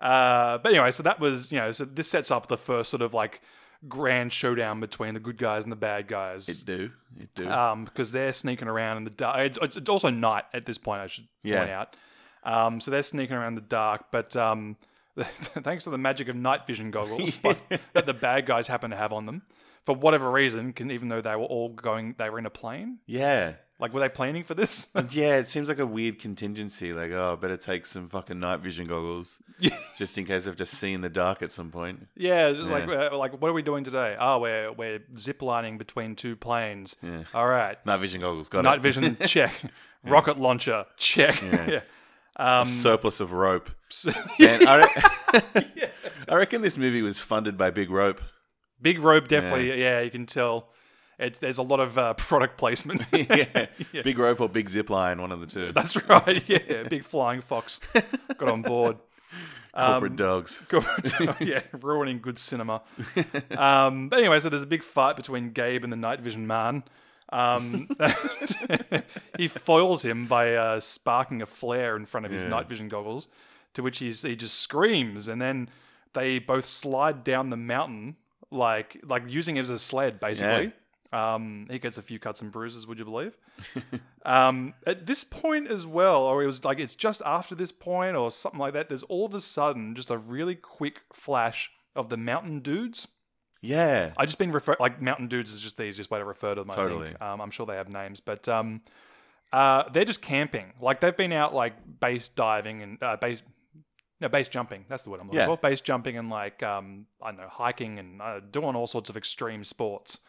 B: uh, but anyway, so that was you know, so this sets up the first sort of like grand showdown between the good guys and the bad guys.
A: It do. It do.
B: Um, because they're sneaking around in the dark. It's, it's- it's also night at this point. I should point
A: Yeah.
B: out. Um, so they're sneaking around in the dark, but um, thanks to the magic of night vision goggles but, that the bad guys happen to have on them, for whatever reason, can even though they were all going, they were in a plane.
A: yeah.
B: Like, were they planning for this?
A: Yeah, it seems like a weird contingency. Like, oh, I better take some fucking night vision goggles just in case I've just seen the dark at some point.
B: yeah, just like uh, like what are we doing today? Oh, we're we're ziplining between two planes. All right,
A: Night vision goggles, got
B: night
A: it.
B: vision check, rocket launcher check. yeah.
A: surplus of rope. Man, I, re- I reckon this movie was funded by Big Rope.
B: Big robe, definitely. Yeah, you can tell. It, there's a lot of uh, product placement.
A: yeah. Big Rope or Big Zip Line, one of the two.
B: That's right. Yeah, big flying fox got on board. Um,
A: Corporate dogs.
B: Good. yeah, ruining good cinema. Um, but anyway, so there's a big fight between Gabe and the night vision man. Um, he foils him by uh, sparking a flare in front of his night vision goggles, to which he's, he just screams, and then they both slide down the mountain like like using it as a sled, basically. Um, he gets a few cuts and bruises, would you believe? Um, at this point as well, or it was like it's just after this point or something like that, there's all of a sudden just a really quick flash of the mountain dudes.
A: Yeah.
B: I just been refer like mountain dudes is just the easiest way to refer to them. I
A: Totally.
B: think. Um, I'm sure they have names, but um, uh, they're just camping. Like they've been out like base diving and uh, base. No, base jumping. That's the word I'm looking
A: Yeah.
B: for. Base jumping and like um, I don't know, hiking and uh, doing all sorts of extreme sports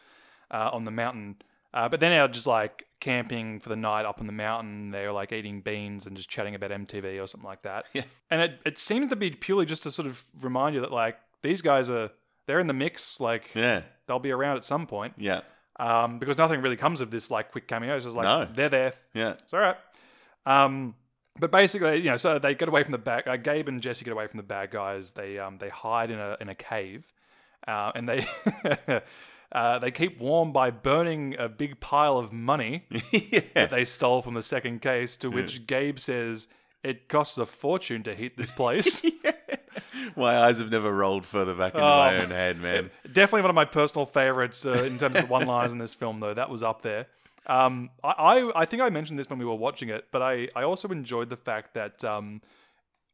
B: uh, on the mountain. Uh, but then they're just like camping for the night up on the mountain. They're like eating beans and just chatting about MTV or something like that.
A: Yeah.
B: And it, it seems to be purely just to sort of remind you that like these guys are they're in the mix. Like
A: Yeah.
B: they'll be around at some point.
A: Yeah.
B: Um, because nothing really comes of this like quick cameo. It's just like
A: No.
B: they're there.
A: Yeah.
B: It's all right. Um, but basically, you know, so they get away from the bad. Uh, Gabe and Jesse get away from the bad guys. They um, they hide in a in a cave, uh, and they uh, they keep warm by burning a big pile of money
A: yeah.
B: that they stole from the second case. To which Gabe says, "It costs a fortune to heat this place."
A: My eyes have never rolled further back into my
B: Oh.
A: own head, man.
B: Definitely one of my personal favorites uh, in terms of one liners in this film, though. That was up there. Um, I, I, I think I mentioned this when we were watching it, but I, I also enjoyed the fact that um,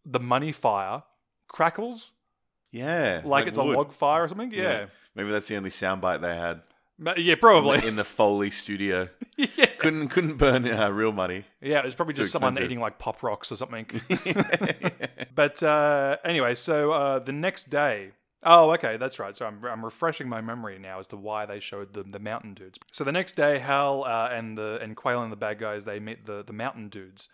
B: the money fire crackles
A: Yeah.
B: like, it's
A: wood.
B: a log fire or something. Yeah.
A: Yeah. Maybe that's the only soundbite they had
B: Ma- Yeah, probably.
A: in the Foley studio.
B: yeah.
A: Couldn't couldn't burn uh, real money.
B: yeah, it was probably just someone
A: expensive.
B: eating like pop rocks or something. but uh, anyway, so uh, the next day. Oh, okay, that's right. So I'm, I'm refreshing my memory now as to why they showed the, the mountain dudes. So the next day, Hal uh, and the and Quail and the bad guys they meet the the mountain dudes,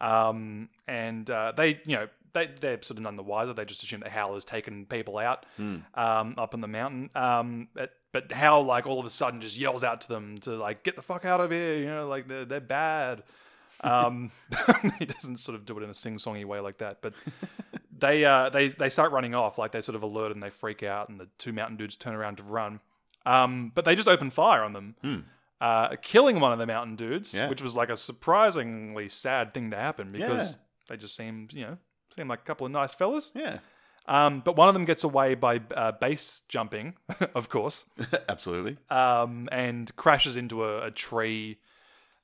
B: um, and uh, they you know they they're sort of none the wiser. They just assume that Hal has taken people out um, up on the mountain. Um, but, but Hal like all of a sudden just yells out to them to like get the fuck out of here. You know, like they're they're bad. Um, he doesn't sort of do it in a sing-songy way like that, but they uh, they they start running off, like they sort of alert and they freak out, and the two mountain dudes turn around to run, um, but they just open fire on them, uh, killing one of the mountain dudes,
A: Hmm. Yeah.
B: which was like a surprisingly sad thing to happen because
A: Yeah.
B: they just seemed you know seemed like a couple of nice fellas.
A: Yeah.
B: Um, but one of them gets away by uh, base jumping, of course,
A: Absolutely.
B: um, and crashes into a, a tree.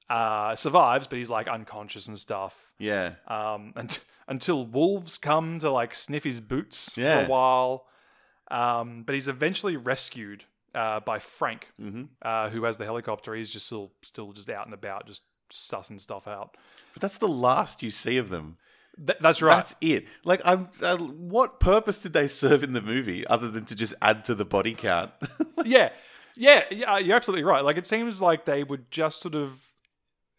B: Uh, survives, but he's like unconscious and stuff
A: Yeah.
B: um, unt until wolves come to like sniff his boots for
A: Yeah.
B: a while. Um, but he's eventually rescued uh, by Frank,
A: Mm-hmm.
B: uh, who has the helicopter. He's just still, still just out and about, just sussing stuff out.
A: But that's the last you see of them.
B: Th- that's right.
A: That's it. Like, I'm. Uh, what purpose did they serve in the movie other than to just add to the body count?
B: yeah, yeah, yeah. uh, You're absolutely right. Like it seems like they would just sort of,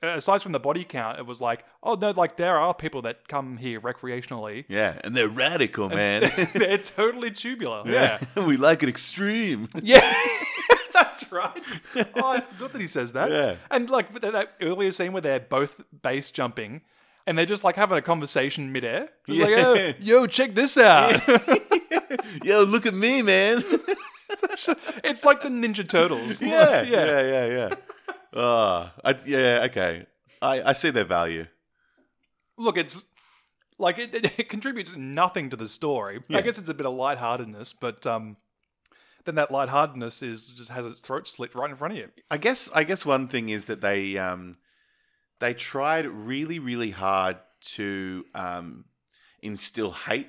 B: uh, aside from the body count, it was like, oh no, like there are people that come here recreationally.
A: yeah, and they're radical, man.
B: They're totally tubular. Yeah,
A: we like it extreme.
B: yeah. That's right. Oh, I forgot that he says that.
A: Yeah.
B: And like that, that earlier scene where they're both base jumping, and they're just like having a conversation midair. It's Like,
A: Yeah.
B: oh, yo, check this out.
A: Yo, look at me, man.
B: it's like the Ninja Turtles.
A: yeah,
B: yeah.
A: yeah, yeah, yeah. Oh, I, yeah, okay. I, I see their value.
B: look, it's like it, it, it contributes nothing to the story. I guess it's a bit of lightheartedness, but um, then that lightheartedness is just has its throat slit right in front of you.
A: I guess I guess one thing is that they um, they tried really really hard to um, instill hate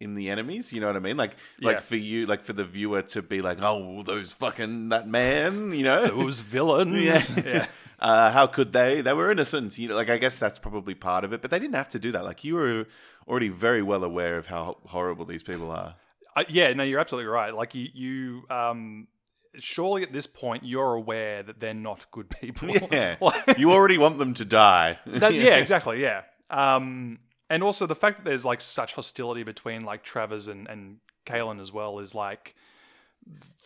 A: in the enemies. You know what I mean? Like
B: Yeah.
A: like for you, like for the viewer to be like, oh, those fucking that man. You know,
B: Those villains.
A: Yeah. Uh, how could they? They were innocent. You know, like I guess that's probably part of it, but they didn't have to do that. Like you were already very well aware of how horrible these people are.
B: Uh, yeah, no, you're absolutely right. Like you, you um, surely at this point you're aware that they're not good people.
A: Yeah.
B: Like-
A: you already want them to die.
B: That, yeah, exactly. Yeah. Um, and also the fact that there's like such hostility between like Travers and and Kalen as well is like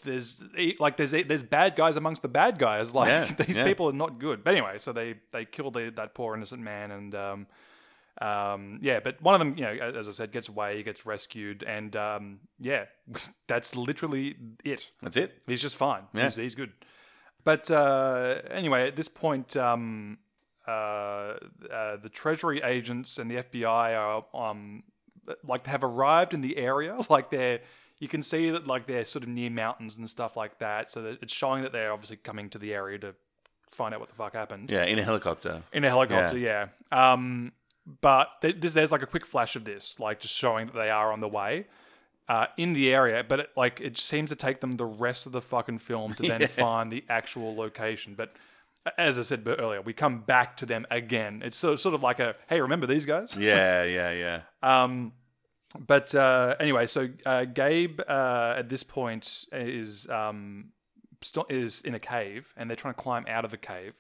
B: there's e- like there's there's bad guys amongst the bad guys. Like
A: Yeah,
B: these
A: yeah.
B: people are not good. But anyway, so they they kill the, that poor innocent man and. Um, um, yeah, but one of them, you know, a- as I said, gets away, gets rescued, and um, yeah, that's literally it.
A: That's it.
B: He's just fine.
A: Yeah.
B: He's, he's good. But uh, anyway, at this point, um, uh, uh, the Treasury agents and the FBI are um, like have arrived in the area. Like they're, you can see that like they're sort of near mountains and stuff like that. So that it's showing that they're obviously coming to the area to find out what the fuck happened
A: Yeah, in a helicopter.
B: in a helicopter. Yeah. Um, but th- this, there's like a quick flash of this, like just showing that they are on the way. Uh, in the area, but it, like it seems to take them the rest of the fucking film to then find the actual location. But as I said b- earlier, we come back to them again. It's so, sort of like a hey, remember these guys?
A: Yeah, yeah, yeah.
B: Um, but uh, anyway, so uh, Gabe uh, at this point is um, st- is in a cave, and they're trying to climb out of the cave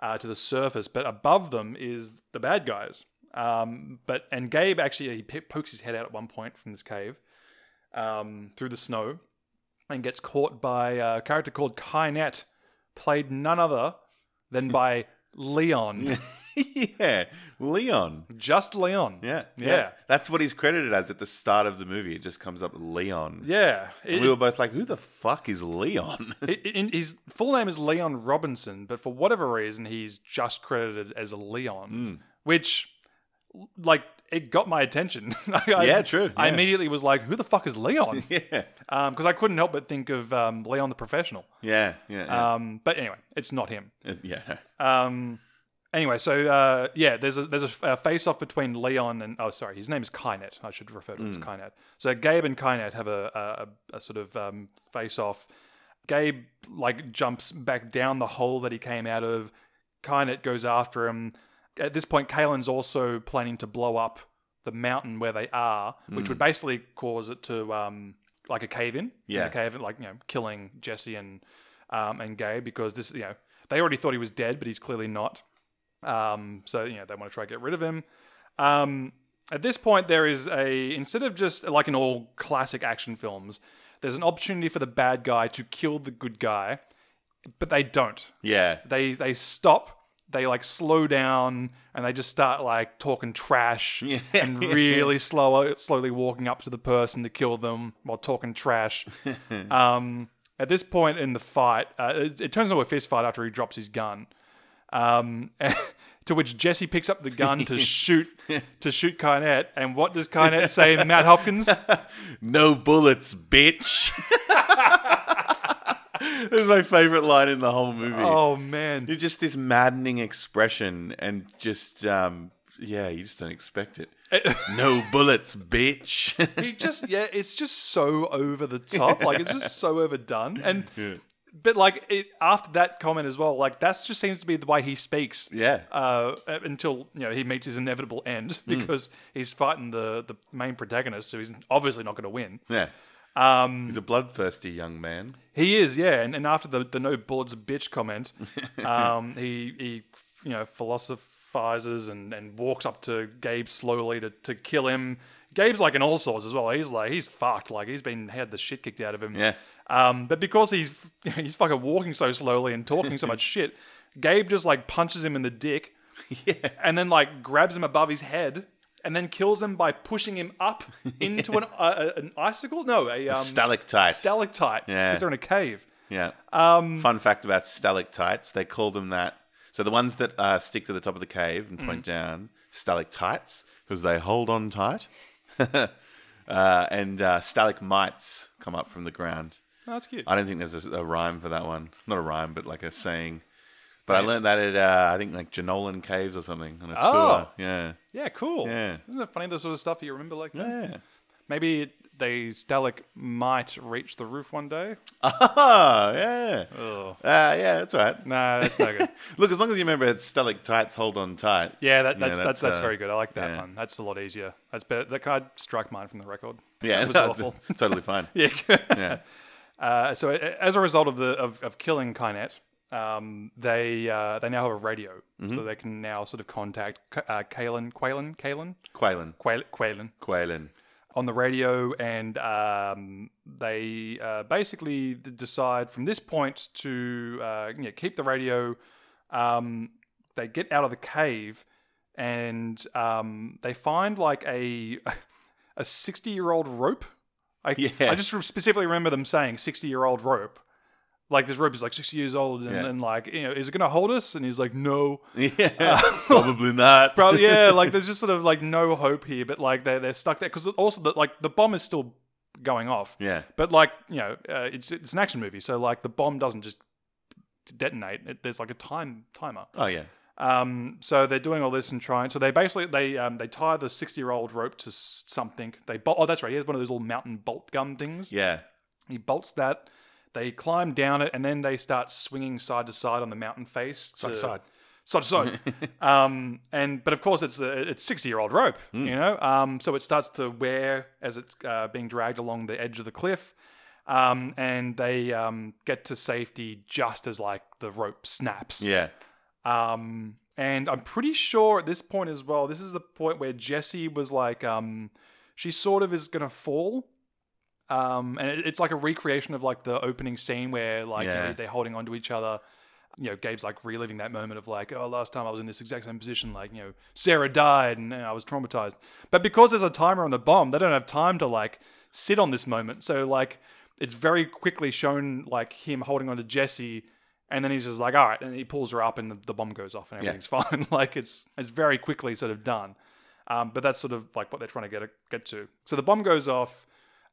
B: uh, to the surface. But above them is the bad guys. Um, but and Gabe actually he p- pokes his head out at one point from this cave um, through the snow, and gets caught by a character called Kynette, played none other than by Leon,
A: yeah, Leon.
B: just Leon.
A: Yeah, yeah,
B: Yeah.
A: That's what he's credited as at the start of the movie. It just comes up Leon.
B: yeah. It-
A: And we were both like, "Who the fuck is Leon?"
B: I- I- in- his full name is Leon Robinson, but for whatever reason, he's just credited as a Leon,
A: Hmm.
B: which, like, it got my attention. I,
A: Yeah, true,
B: I
A: yeah.
B: immediately was like, "Who the fuck is Leon?"
A: yeah,
B: Because I couldn't help but think of um, Leon the Professional.
A: yeah, yeah, yeah.
B: Um, but anyway, it's not him.
A: Uh, yeah.
B: Um, anyway, so uh, yeah, there's a there's a, f- a face off between Leon and oh sorry, his name is Kynet. I should refer to him as Kynet. So Gabe and Kynet have a a, a- a sort of um, face off. Gabe like jumps back down the hole that he came out of. Kynet goes after him. At this point, Kalen's also planning to blow up the mountain where they are, which would basically cause it to um, like a cave in.
A: Yeah.
B: a cave in, like you know, killing Jesse and um, and Gabe because this, you know, they already thought he was dead, but he's clearly not. Um, so you know, they want to try to get rid of him. Um, at this point, there is a instead of just like in all classic action films, there's an opportunity for the bad guy to kill the good guy, but they don't.
A: yeah.
B: They they stop. They like slow down and they just start like talking trash
A: Yeah.
B: and really slow, slowly walking up to the person to kill them while talking trash. um, at this point in the fight, uh, it, it turns into a fist fight after he drops his gun. Um, to which Jesse picks up the gun to shoot to shoot Kynette, and what does Kynette say, Matt Hopkins?
A: No bullets, bitch. It was my favorite line in the whole movie.
B: Oh man,
A: It's just this maddening expression, and just um, yeah, you just don't expect it. no bullets, bitch.
B: He just yeah, it's just so over the top. Like it's just so overdone. And but like it, after that comment as well, like that just seems to be the way he speaks.
A: Yeah.
B: Uh, until you know he meets his inevitable end because he's fighting the the main protagonist, so he's obviously not going to win.
A: yeah. Um, He's a bloodthirsty young man.
B: He is, yeah. And, and after the, the no bullets bitch comment, um, he he you know philosophizes and, and walks up to Gabe slowly to, to kill him. Gabe's like in all sorts as well. He's like he's fucked. Like he's been had the shit kicked out of him.
A: Yeah.
B: Um, but because he's he's fucking walking so slowly and talking so much shit, Gabe just like punches him in the dick, yeah. and then like grabs him above his head. And then kills him by pushing him up into an uh, an icicle. No, a um,
A: Stalactite.
B: stalactite because
A: Yeah.
B: they're in a cave.
A: yeah.
B: Um,
A: Fun fact about stalactites, they call them that. So the ones that uh, stick to the top of the cave and
B: Mm.
A: point down, stalactites, because they hold on tight. uh, and uh, stalagmites come up from the ground.
B: Oh, that's cute.
A: I don't think there's a, a rhyme for that one. Not a rhyme, but like a saying. But I learned that at uh, I think like Janolan Caves or something on a
B: Oh.
A: tour. Yeah,
B: yeah, cool.
A: Yeah.
B: Isn't it funny the sort of stuff you remember like that?
A: yeah.
B: Maybe it- they Stalic might reach the roof one day.
A: Oh, yeah. Uh, yeah, that's right.
B: Nah, that's no good.
A: Look, as long as you remember it's stalactites hold on tight.
B: Yeah, that, that's,
A: Yeah,
B: that's that's,
A: uh,
B: very good. I like that
A: yeah.
B: one. That's a lot easier. That's better. That can I strike mine from the record?
A: Yeah,
B: that was awful.
A: totally fine.
B: yeah.
A: Yeah.
B: Uh, so a- as a result of the of, of killing Kynet, um, they uh, they now have a radio,
A: Mm-hmm.
B: so they can now sort of contact K- uh, Kalen, Qualen, Kalen,
A: Quaylen.
B: Qualen, Qualen,
A: Quaylen.
B: on the radio, and um, they uh, basically d- decide from this point to uh, you know, keep the radio. Um, they get out of the cave, and um, they find like a a sixty year old rope. I,
A: Yeah.
B: I just specifically remember them saying sixty year old rope. Like this rope is like sixty years old, and,
A: Yeah.
B: and like you know, is it going to hold us? And he's like, no.
A: Yeah. Probably not.
B: Probably, yeah. Like, there's just sort of like no hope here, but like they're they're stuck there because also the, like the bomb is still going off.
A: yeah.
B: But like you know, uh, it's it's an action movie, so like the bomb doesn't just detonate. It, there's like a time timer.
A: Oh, yeah.
B: Um, so they're doing all this and trying. So they basically they um they tie the sixty year old rope to s- something. They bolt. Oh, that's right. He has one of those little mountain bolt gun things.
A: Yeah.
B: He bolts that. They climb down it, and then they start swinging side to side on the mountain face. To,
A: to side.
B: Side to side. um, and but of course it's a, it's sixty year old rope,
A: Hmm.
B: you know. Um, so it starts to wear as it's uh, being dragged along the edge of the cliff. Um, and they um, get to safety just as like the rope snaps.
A: Yeah.
B: Um, and I'm pretty sure at this point as well, this is the point where Jessie was like, um, she sort of is gonna fall. Um, and it, it's like a recreation of like the opening scene where like you know,
A: Yeah.
B: they're holding onto each other. You know, Gabe's like reliving that moment of like, oh, last time I was in this exact same position, like you know, Sarah died and, and I was traumatized. But because there's a timer on the bomb, they don't have time to like sit on this moment. So like, it's very quickly shown like him holding onto Jessie. And then he's just like, all right, and he pulls her up, and the, the bomb goes off, and everything's fine. like it's it's very quickly sort of done, um, but that's sort of like what they're trying to get get to. So the bomb goes off.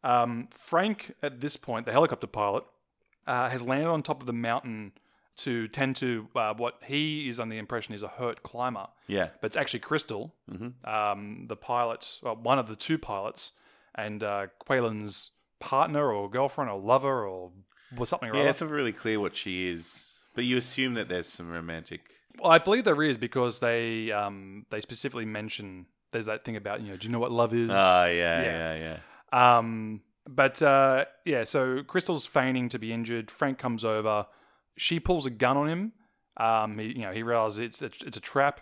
B: Um, Frank, at this point, the helicopter pilot, uh, has landed on top of the mountain to tend to uh, what he is under the impression is a hurt climber,
A: Yeah.
B: but it's actually Crystal, um, the pilot, well, one of the two pilots, and uh, Quaylen's partner or girlfriend or lover or was something or
A: Yeah,
B: other.
A: it's not really clear what she is, but you assume that there's some romantic.
B: Well, I believe there is because they um, they specifically mention there's that thing about you know do you know what love is?
A: Oh, yeah,
B: Yeah.
A: yeah, yeah.
B: um, but uh, yeah, so Crystal's feigning to be injured. Frank comes over. She pulls a gun on him. Um, he, you know he realizes it's it's it's a trap.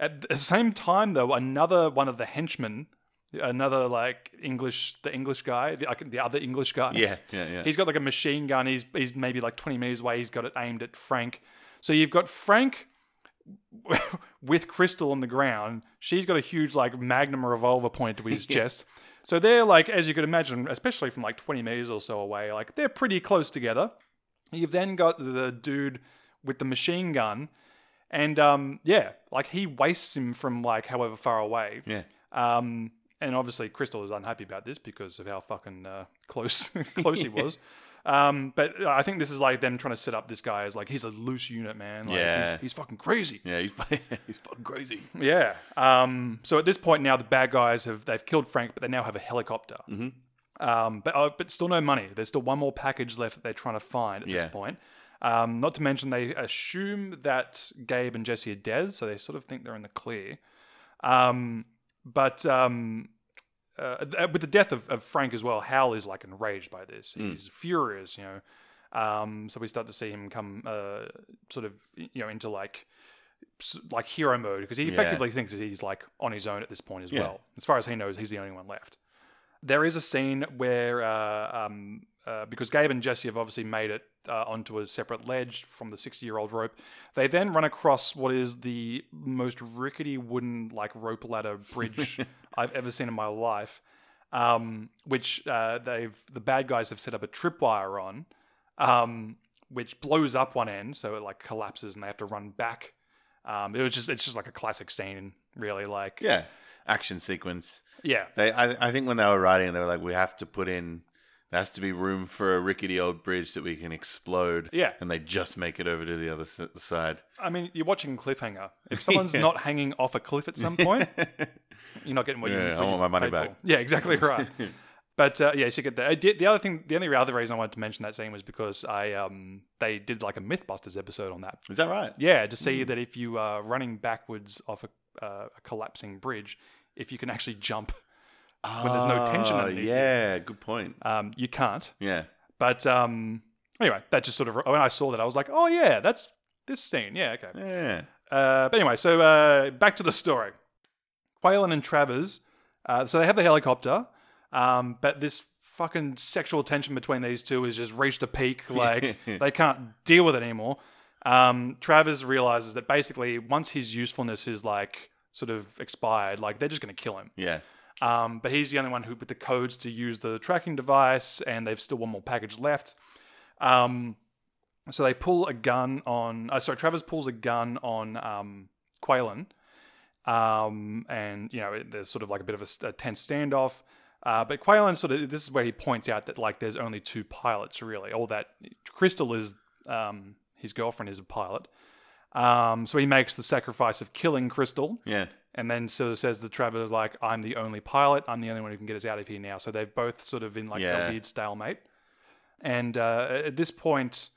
B: At the same time, though, another one of the henchmen, another like English the English guy, the, like the other English guy,
A: Yeah, yeah, yeah.
B: He's got like a machine gun. He's he's maybe like 20 meters away. He's got it aimed at Frank. So you've got Frank with Crystal on the ground. She's got a huge like Magnum revolver pointed to his chest. So they're like, as you could imagine, especially from like 20 meters or so away, like they're pretty close together. You've then got the dude with the machine gun, and um, yeah, like he wastes him from like however far away.
A: yeah.
B: Um, and obviously, Crystal is unhappy about this because of how fucking uh, close close he was. Um, but I think this is like them trying to set up this guy as like he's a loose unit, man. Like,
A: Yeah.
B: he's, he's fucking crazy.
A: Yeah, he's, he's fucking crazy.
B: Yeah. Um, so at this point now, the bad guys have they've killed Frank, but they now have a helicopter. Um, but oh, but still no money. There's still one more package left that they're trying to find at
A: Yeah.
B: this point. Um, not to mention they assume that Gabe and Jesse are dead, so they sort of think they're in the clear. Um, but um, uh, th- with the death of, of Frank as well, Hal is like enraged by this. He's furious, you know. Um, so we start to see him come uh, sort of you know into like s- like hero mode because he effectively thinks that he's like on his own at this point as
A: Yeah.
B: well. As far as he knows, he's the only one left. There is a scene where uh, um, uh, because Gabe and Jesse have obviously made it uh, onto a separate ledge from the sixty-year-old rope, they then run across what is the most rickety wooden like rope ladder bridge I've ever seen in my life, um, which uh, they've the bad guys have set up a tripwire on. Um, which blows up one end, so it like collapses, and they have to run back um, it was just it's just like a classic scene, really. Like
A: Yeah, action sequence.
B: yeah,
A: They, I, I think when they were writing, they were like, we have to put in. There has to be room for a rickety old bridge that we can explode.
B: Yeah.
A: and they just make it over to the other s- side.
B: I mean, you're watching cliffhanger. If someone's not hanging off a cliff at some point, you're not getting what you.
A: Yeah, I
B: what
A: want
B: you
A: my money
B: paid
A: back.
B: for. Yeah, exactly right. but uh, yeah, so you get that. I did- The other thing, the only other reason I wanted to mention that scene was because I um they did like a MythBusters episode on that.
A: Is that right?
B: Yeah, to see
A: Mm.
B: that if you are running backwards off a, uh, a collapsing bridge, if you can actually jump when there's no tension
A: Ah,
B: underneath. you.
A: Yeah, good point.
B: Um, you can't.
A: Yeah,
B: But um, anyway, that just sort of when I saw that, I was like, oh yeah, that's this scene. Yeah, okay.
A: yeah.
B: Uh, but anyway, so uh, back to the story. Quaylen and Travers, uh, so they have the helicopter, um, but this fucking sexual tension between these two has just reached a peak. Like they can't deal with it anymore. Um, Travers realizes that basically once his usefulness is like sort of expired, like they're just gonna kill him.
A: Yeah.
B: Um, but he's the only one who with the codes to use the tracking device, and they've still one more package left. Um, so they pull a gun on. Uh, sorry, Travers pulls a gun on um, Quaylen, um, and you know it- there's sort of like a bit of a, s- a tense standoff. Uh, but Quaylen sort of this is where he points out that like there's only two pilots really. All that Crystal is um, his girlfriend is a pilot. Um, so he makes the sacrifice of killing Crystal.
A: Yeah.
B: And then sort of says the Travers like, I'm the only pilot. I'm the only one who can get us out of here now. So they've both sort of in like
A: Yeah.
B: a weird stalemate. And uh, at this point,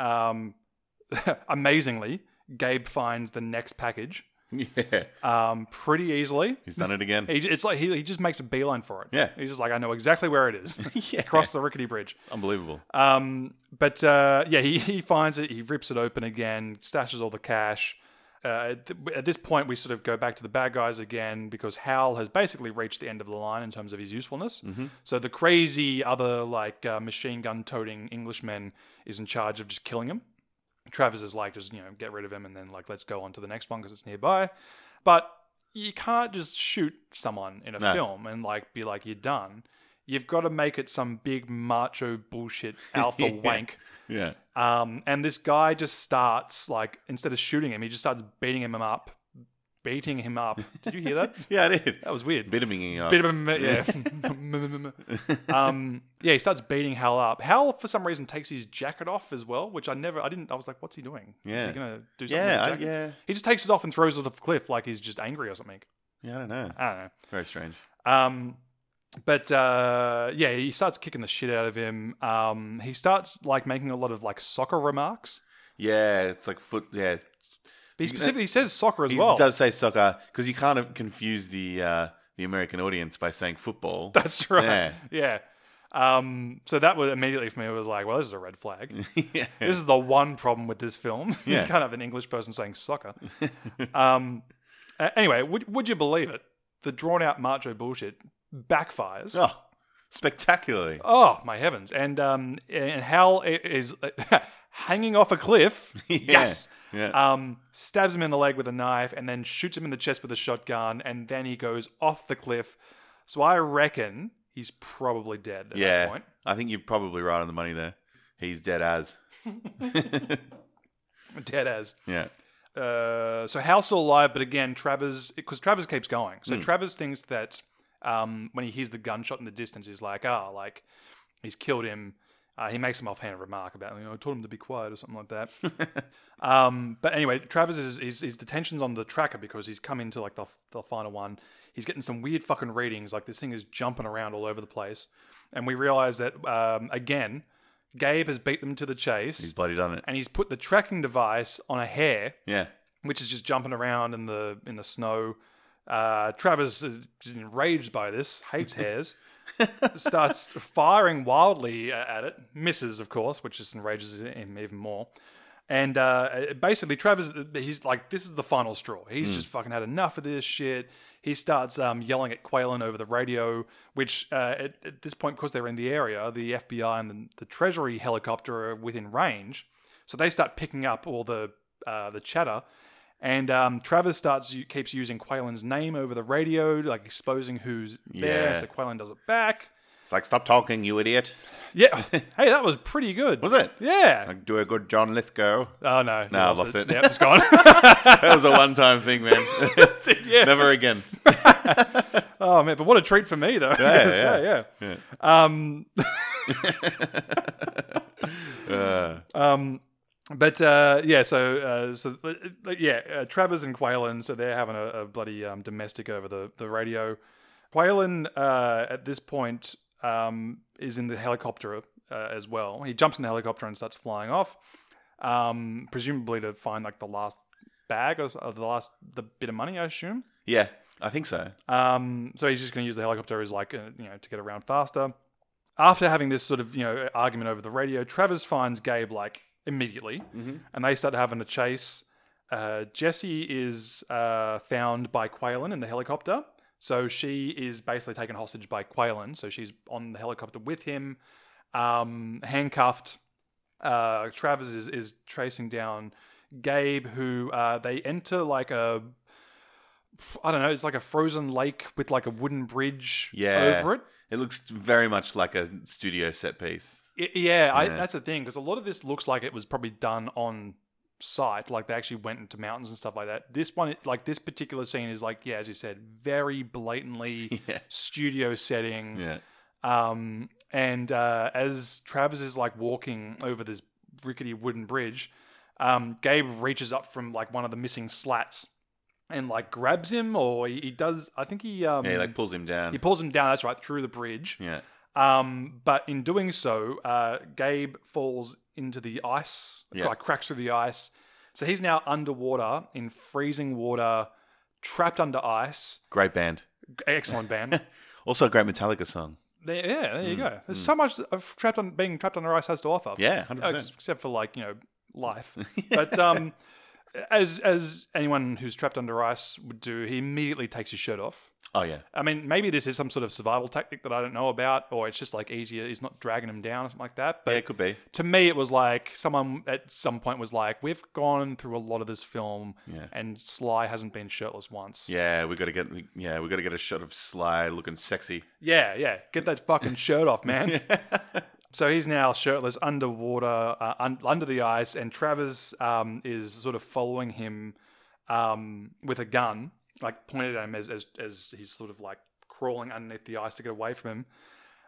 B: um, amazingly, Gabe finds the next package
A: Yeah.
B: um, pretty easily.
A: He's done it again.
B: He, it's like he, he just makes a beeline for it.
A: Yeah.
B: He's just like, I know exactly where it is.
A: Yeah.
B: Across the rickety bridge.
A: Unbelievable.
B: Um, but uh, yeah, he, he finds it, he rips it open again, stashes all the cash. Uh, at th- at this point, we sort of go back to the bad guys again because Hal has basically reached the end of the line in terms of his usefulness. So the crazy other like uh, machine gun toting Englishman is in charge of just killing him. Travis is like, just you know, get rid of him, and then like let's go on to the next one because it's nearby. But you can't just shoot someone in a
A: No.
B: film and like be like you're done. You've got to make it some big macho bullshit alpha wank.
A: Yeah.
B: Um, and this guy just starts like instead of shooting him, he just starts beating him up, beating him up. Did you hear that?
A: Yeah, I did.
B: that was weird.
A: Bit of minging up.
B: Bit of a yeah. um, yeah, he starts beating Hal up. Hal, for some reason, takes his jacket off as well, which I never, I didn't. I was like, "What's he doing? is
A: Yeah.
B: he gonna do something?"
A: yeah, I,
B: with the jacket?
A: yeah.
B: He just takes it off and throws it off a cliff, like he's just angry or something.
A: Yeah, I don't know.
B: I don't know.
A: Very strange.
B: Um, but uh, yeah, he starts kicking the shit out of him. Um, he starts like making a lot of like soccer remarks.
A: Yeah, it's like foot. Yeah,
B: But he specifically says soccer as
A: he
B: well.
A: does say soccer because you kind of confuse the uh, the American audience by saying football.
B: That's right.
A: Yeah.
B: Yeah. Um, so that was immediately for me. It was like, well, this is a red flag.
A: yeah.
B: this is the one problem with this film.
A: Yeah.
B: you can't have an English person saying soccer. um, uh, anyway, would would you believe it? The drawn out macho bullshit backfires.
A: Oh, spectacularly.
B: Oh my heavens! And um, and Hal i- is hanging off a cliff. Yes.
A: Yeah.
B: Um, stabs him in the leg with a knife, and then shoots him in the chest with a shotgun, and then he goes off the cliff. So I reckon he's probably dead at that
A: yeah.
B: point.
A: I think you're probably right on the money there. He's dead as.
B: Dead as.
A: Yeah.
B: Uh, so Hal's still alive, but again, Travers because Travers keeps going. So Travers thinks that um, when he hears the gunshot in the distance, he's like, ah, like he's killed him, Uh, he makes some offhand remark about, you know, I told him to be quiet or something like that. um, but anyway, Travis is his, his detention's on the tracker because he's come into like the, the final one. He's getting some weird fucking readings. Like this thing is jumping around all over the place, and we realize that um, again, Gabe has beat them to the chase,
A: He's bloody done it.
B: and he's put the tracking device on a hare
A: Yeah.
B: which is just jumping around in the in the snow. Uh, Travis is enraged by this, hates hares, starts firing wildly a- at it, misses, of course, which just enrages him even more. And uh, basically, Travis, he's like, this is the final straw. He's just fucking had enough of this shit. He starts um, yelling at Quaylen over the radio, which uh, at, at this point, because they're in the area, the FBI and the, the Treasury helicopter are within range. So they start picking up all the uh, the chatter, and um, Travis starts u- keeps using Quaylen's name over the radio, like exposing who's there.
A: Yeah.
B: So Quaylen does it back.
A: It's like, stop talking, you idiot.
B: Yeah, hey, that was pretty good.
A: Was it?
B: Yeah.
A: Like, do a good John Lithgow.
B: Oh no, no,
A: I lost it.
B: Yep, it's gone.
A: That was a one time thing, man.
B: That's it, yeah.
A: Never again.
B: Oh man, but what a treat for me though. I gotta say, yeah. Um, um, but uh, yeah, so uh, so uh, uh, yeah, uh, Travers and Quaylen, so they're having a, a bloody um, domestic over the the radio. Quaylen uh, at this point um, is in the helicopter uh, as well. He jumps in the helicopter and starts flying off, um, presumably to find like the last bag or, s- or the last the bit of money, I assume.
A: Yeah, I think so.
B: Um, so he's just going to use the helicopter as like uh, you know to get around faster. After having this sort of you know argument over the radio, Travers finds Gabe like immediately, and they start having a chase. Uh, Jesse is uh, found by Quaylen in the helicopter, so she is basically taken hostage by Quaylen. So she's on the helicopter with him, um, handcuffed. Uh, Travers is is tracing down Gabe, who uh, they enter like a I don't know, it's like a frozen lake with like a wooden bridge
A: Yeah.
B: over it.
A: It looks very much like a studio set piece.
B: I- yeah, I,
A: Yeah.
B: that's the thing because a lot of this looks like it was probably done on site, like they actually went into mountains and stuff like that. This one, it- like this particular scene, is like yeah, as you said, very blatantly
A: Yeah.
B: studio setting.
A: Yeah.
B: Um, and uh, as Travers is like walking over this rickety wooden bridge, um, Gabe reaches up from like one of the missing slats and like grabs him, or he, he does. I think he um,
A: Yeah, he like pulls him down.
B: he pulls him down. That's right through the bridge.
A: Yeah.
B: Um, but in doing so, uh, Gabe falls into the ice,
A: Yeah.
B: like cracks through the ice. So he's now underwater in freezing water, trapped under ice.
A: Great band.
B: Excellent band.
A: Also, a great Metallica song.
B: there, yeah, there
A: Hmm.
B: you go. There's so much of trapped on being trapped under ice has to offer.
A: Yeah, 100%.
B: Ex- except for like you know life. but um, as as anyone who's trapped under ice would do, he immediately takes his shirt off.
A: Oh, yeah.
B: I mean, maybe this is some sort of survival tactic that I don't know about, or it's just like easier. He's not dragging him down or something like that. But
A: Yeah, it could be.
B: to me, it was like someone at some point was like, "We've gone through a lot of this film,
A: Yeah.
B: and Sly hasn't been shirtless once."
A: Yeah, we gotta get we- yeah, we gotta get a shot of Sly looking sexy.
B: yeah, yeah. Get that fucking shirt off, man. so he's now shirtless, underwater, uh, un- under the ice, and Travers um, is sort of following him um, with a gun, like pointed at him as, as as he's sort of like crawling underneath the ice to get away from him.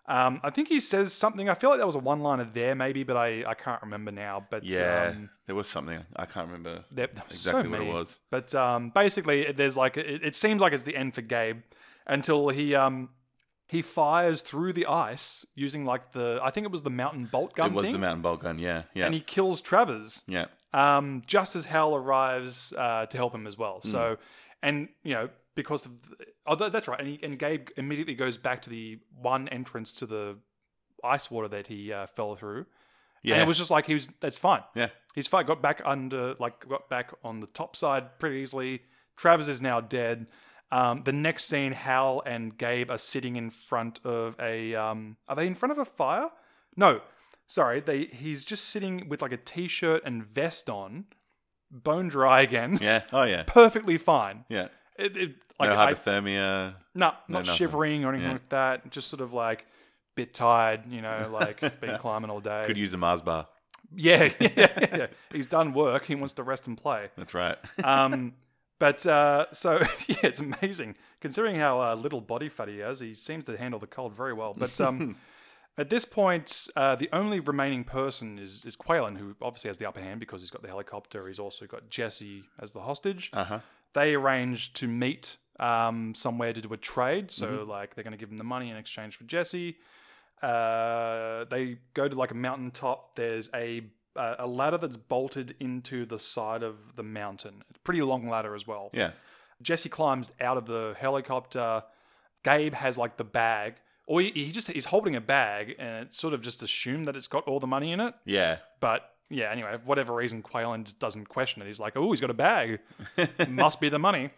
B: Um, I think he says something. I feel like that was a one liner there, maybe, but I, I can't remember now. But
A: Yeah,
B: um,
A: there was something I can't remember
B: there, there was so
A: exactly what it
B: many.
A: was.
B: But um, basically, it- there's like it, it seems like it's the end for Gabe until he um he fires through the ice using like the I think it was the mountain bolt gun
A: It was
B: thing,
A: the mountain bolt gun. Yeah, yeah,
B: and he kills Travers.
A: yeah.
B: Um, just as Hal arrives uh, to help him as well.
A: Hmm.
B: So, and you know because of the, oh tha- that's right, and, he, and Gabe immediately goes back to the one entrance to the ice water that he uh, fell through. And
A: Yeah.
B: it was just like he was that's fine.
A: Yeah,
B: His fight got back under, like, got back on the top side pretty easily. Travis is now dead. Um, the next scene, Hal and Gabe are sitting in front of a. Um, are they in front of a fire? No, sorry. They he's just sitting with like a t-shirt and vest on, bone dry again,
A: yeah. Oh yeah,
B: perfectly fine.
A: yeah.
B: It, it,
A: No
B: like I,
A: hypothermia.
B: no, not
A: nothing.
B: shivering or anything
A: Yeah.
B: like that. Just sort of like bit tired, you know, like been climbing all day.
A: Could use a Mars bar.
B: yeah, yeah, yeah. He's done work. He wants to rest and play.
A: That's right.
B: Um, but uh, so yeah, it's amazing considering how uh, little body fat he has. He seems to handle the cold very well. But um, At this point, uh, the only remaining person is, is Quaylen, who obviously has the upper hand because he's got the helicopter. He's also got Jesse as the hostage.
A: Uh huh.
B: They arrange to meet um, somewhere to do a trade. So, like, they're going to give him the money in exchange for Jesse. Uh, they go to like a mountaintop. There's a uh, a a ladder that's bolted into the side of the mountain. Pretty long ladder as well.
A: Yeah.
B: Jesse climbs out of the helicopter. Gabe has like the bag, or he, he just he's holding a bag, and it's sort of just assumed that it's got all the money in it.
A: Yeah.
B: But yeah, anyway, for whatever reason, Quaylen just doesn't question it. He's like, "Oh, he's got a bag. Must be the money."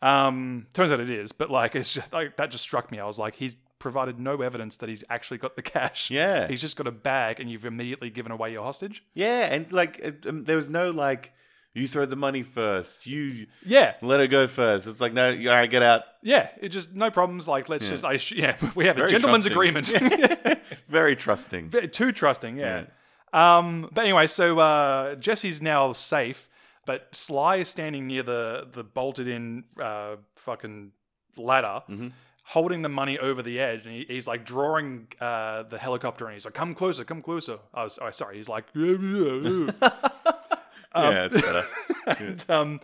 B: Um, turns out it is, but like it's just like that just struck me. I was like, he's provided no evidence that he's actually got the cash.
A: Yeah.
B: he's just got a bag, and you've immediately given away your hostage.
A: Yeah. And like, it- um, there was no like, you throw the money first. You
B: Yeah,
A: let her go first. It's like, no, you- all right, get out.
B: yeah. It just no problems. Like let's just I sh- yeah, we have a
A: Very
B: gentleman's
A: trusting.
B: agreement.
A: Very trusting.
B: Ve- too trusting, yeah. Um, but anyway, so uh, Jesse's now safe, but Sly is standing near the the bolted in uh, fucking ladder, holding the money over the edge, and he, he's like drawing uh, the helicopter, and he's like, "Come closer, come closer." Oh, so- oh, sorry, he's like, um,
A: yeah, it's better.
B: and, um,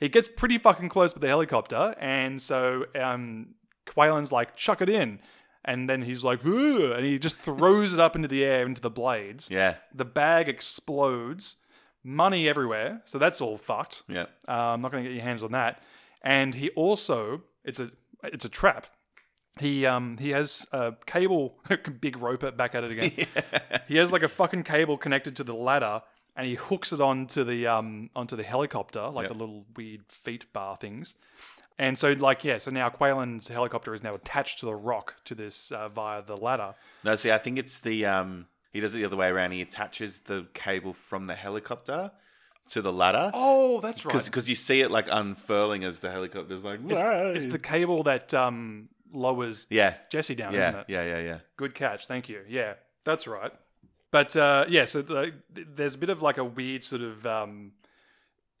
B: he gets pretty fucking close with the helicopter, and so um, Quaylen's like, "Chuck it in." And then he's like, "Ugh," and he just throws it up into the air, into the blades.
A: Yeah.
B: The bag explodes, money everywhere. So that's all fucked.
A: Yeah.
B: Uh, I'm not going to get your hands on that. And he also, it's a it's a trap. He um he has a cable, big rope it back at it again. He has like a fucking cable connected to the ladder, and he hooks it onto the um onto the helicopter, like the little weird feet bar things. And so like yeah, so now Quaylen's helicopter is now attached to the rock to this uh, via the ladder.
A: No, see, I think it's the um. He does it the other way around. He attaches the cable from the helicopter to the ladder
B: Oh, that's right.
A: because you see it like unfurling as the helicopter's like.
B: It's the cable that um, lowers
A: yeah.
B: Jesse down, isn't
A: Yeah,
B: it?
A: yeah, yeah, yeah.
B: Good catch. Thank you. Yeah, that's right. But uh, yeah, so the, there's a bit of like a weird sort of um,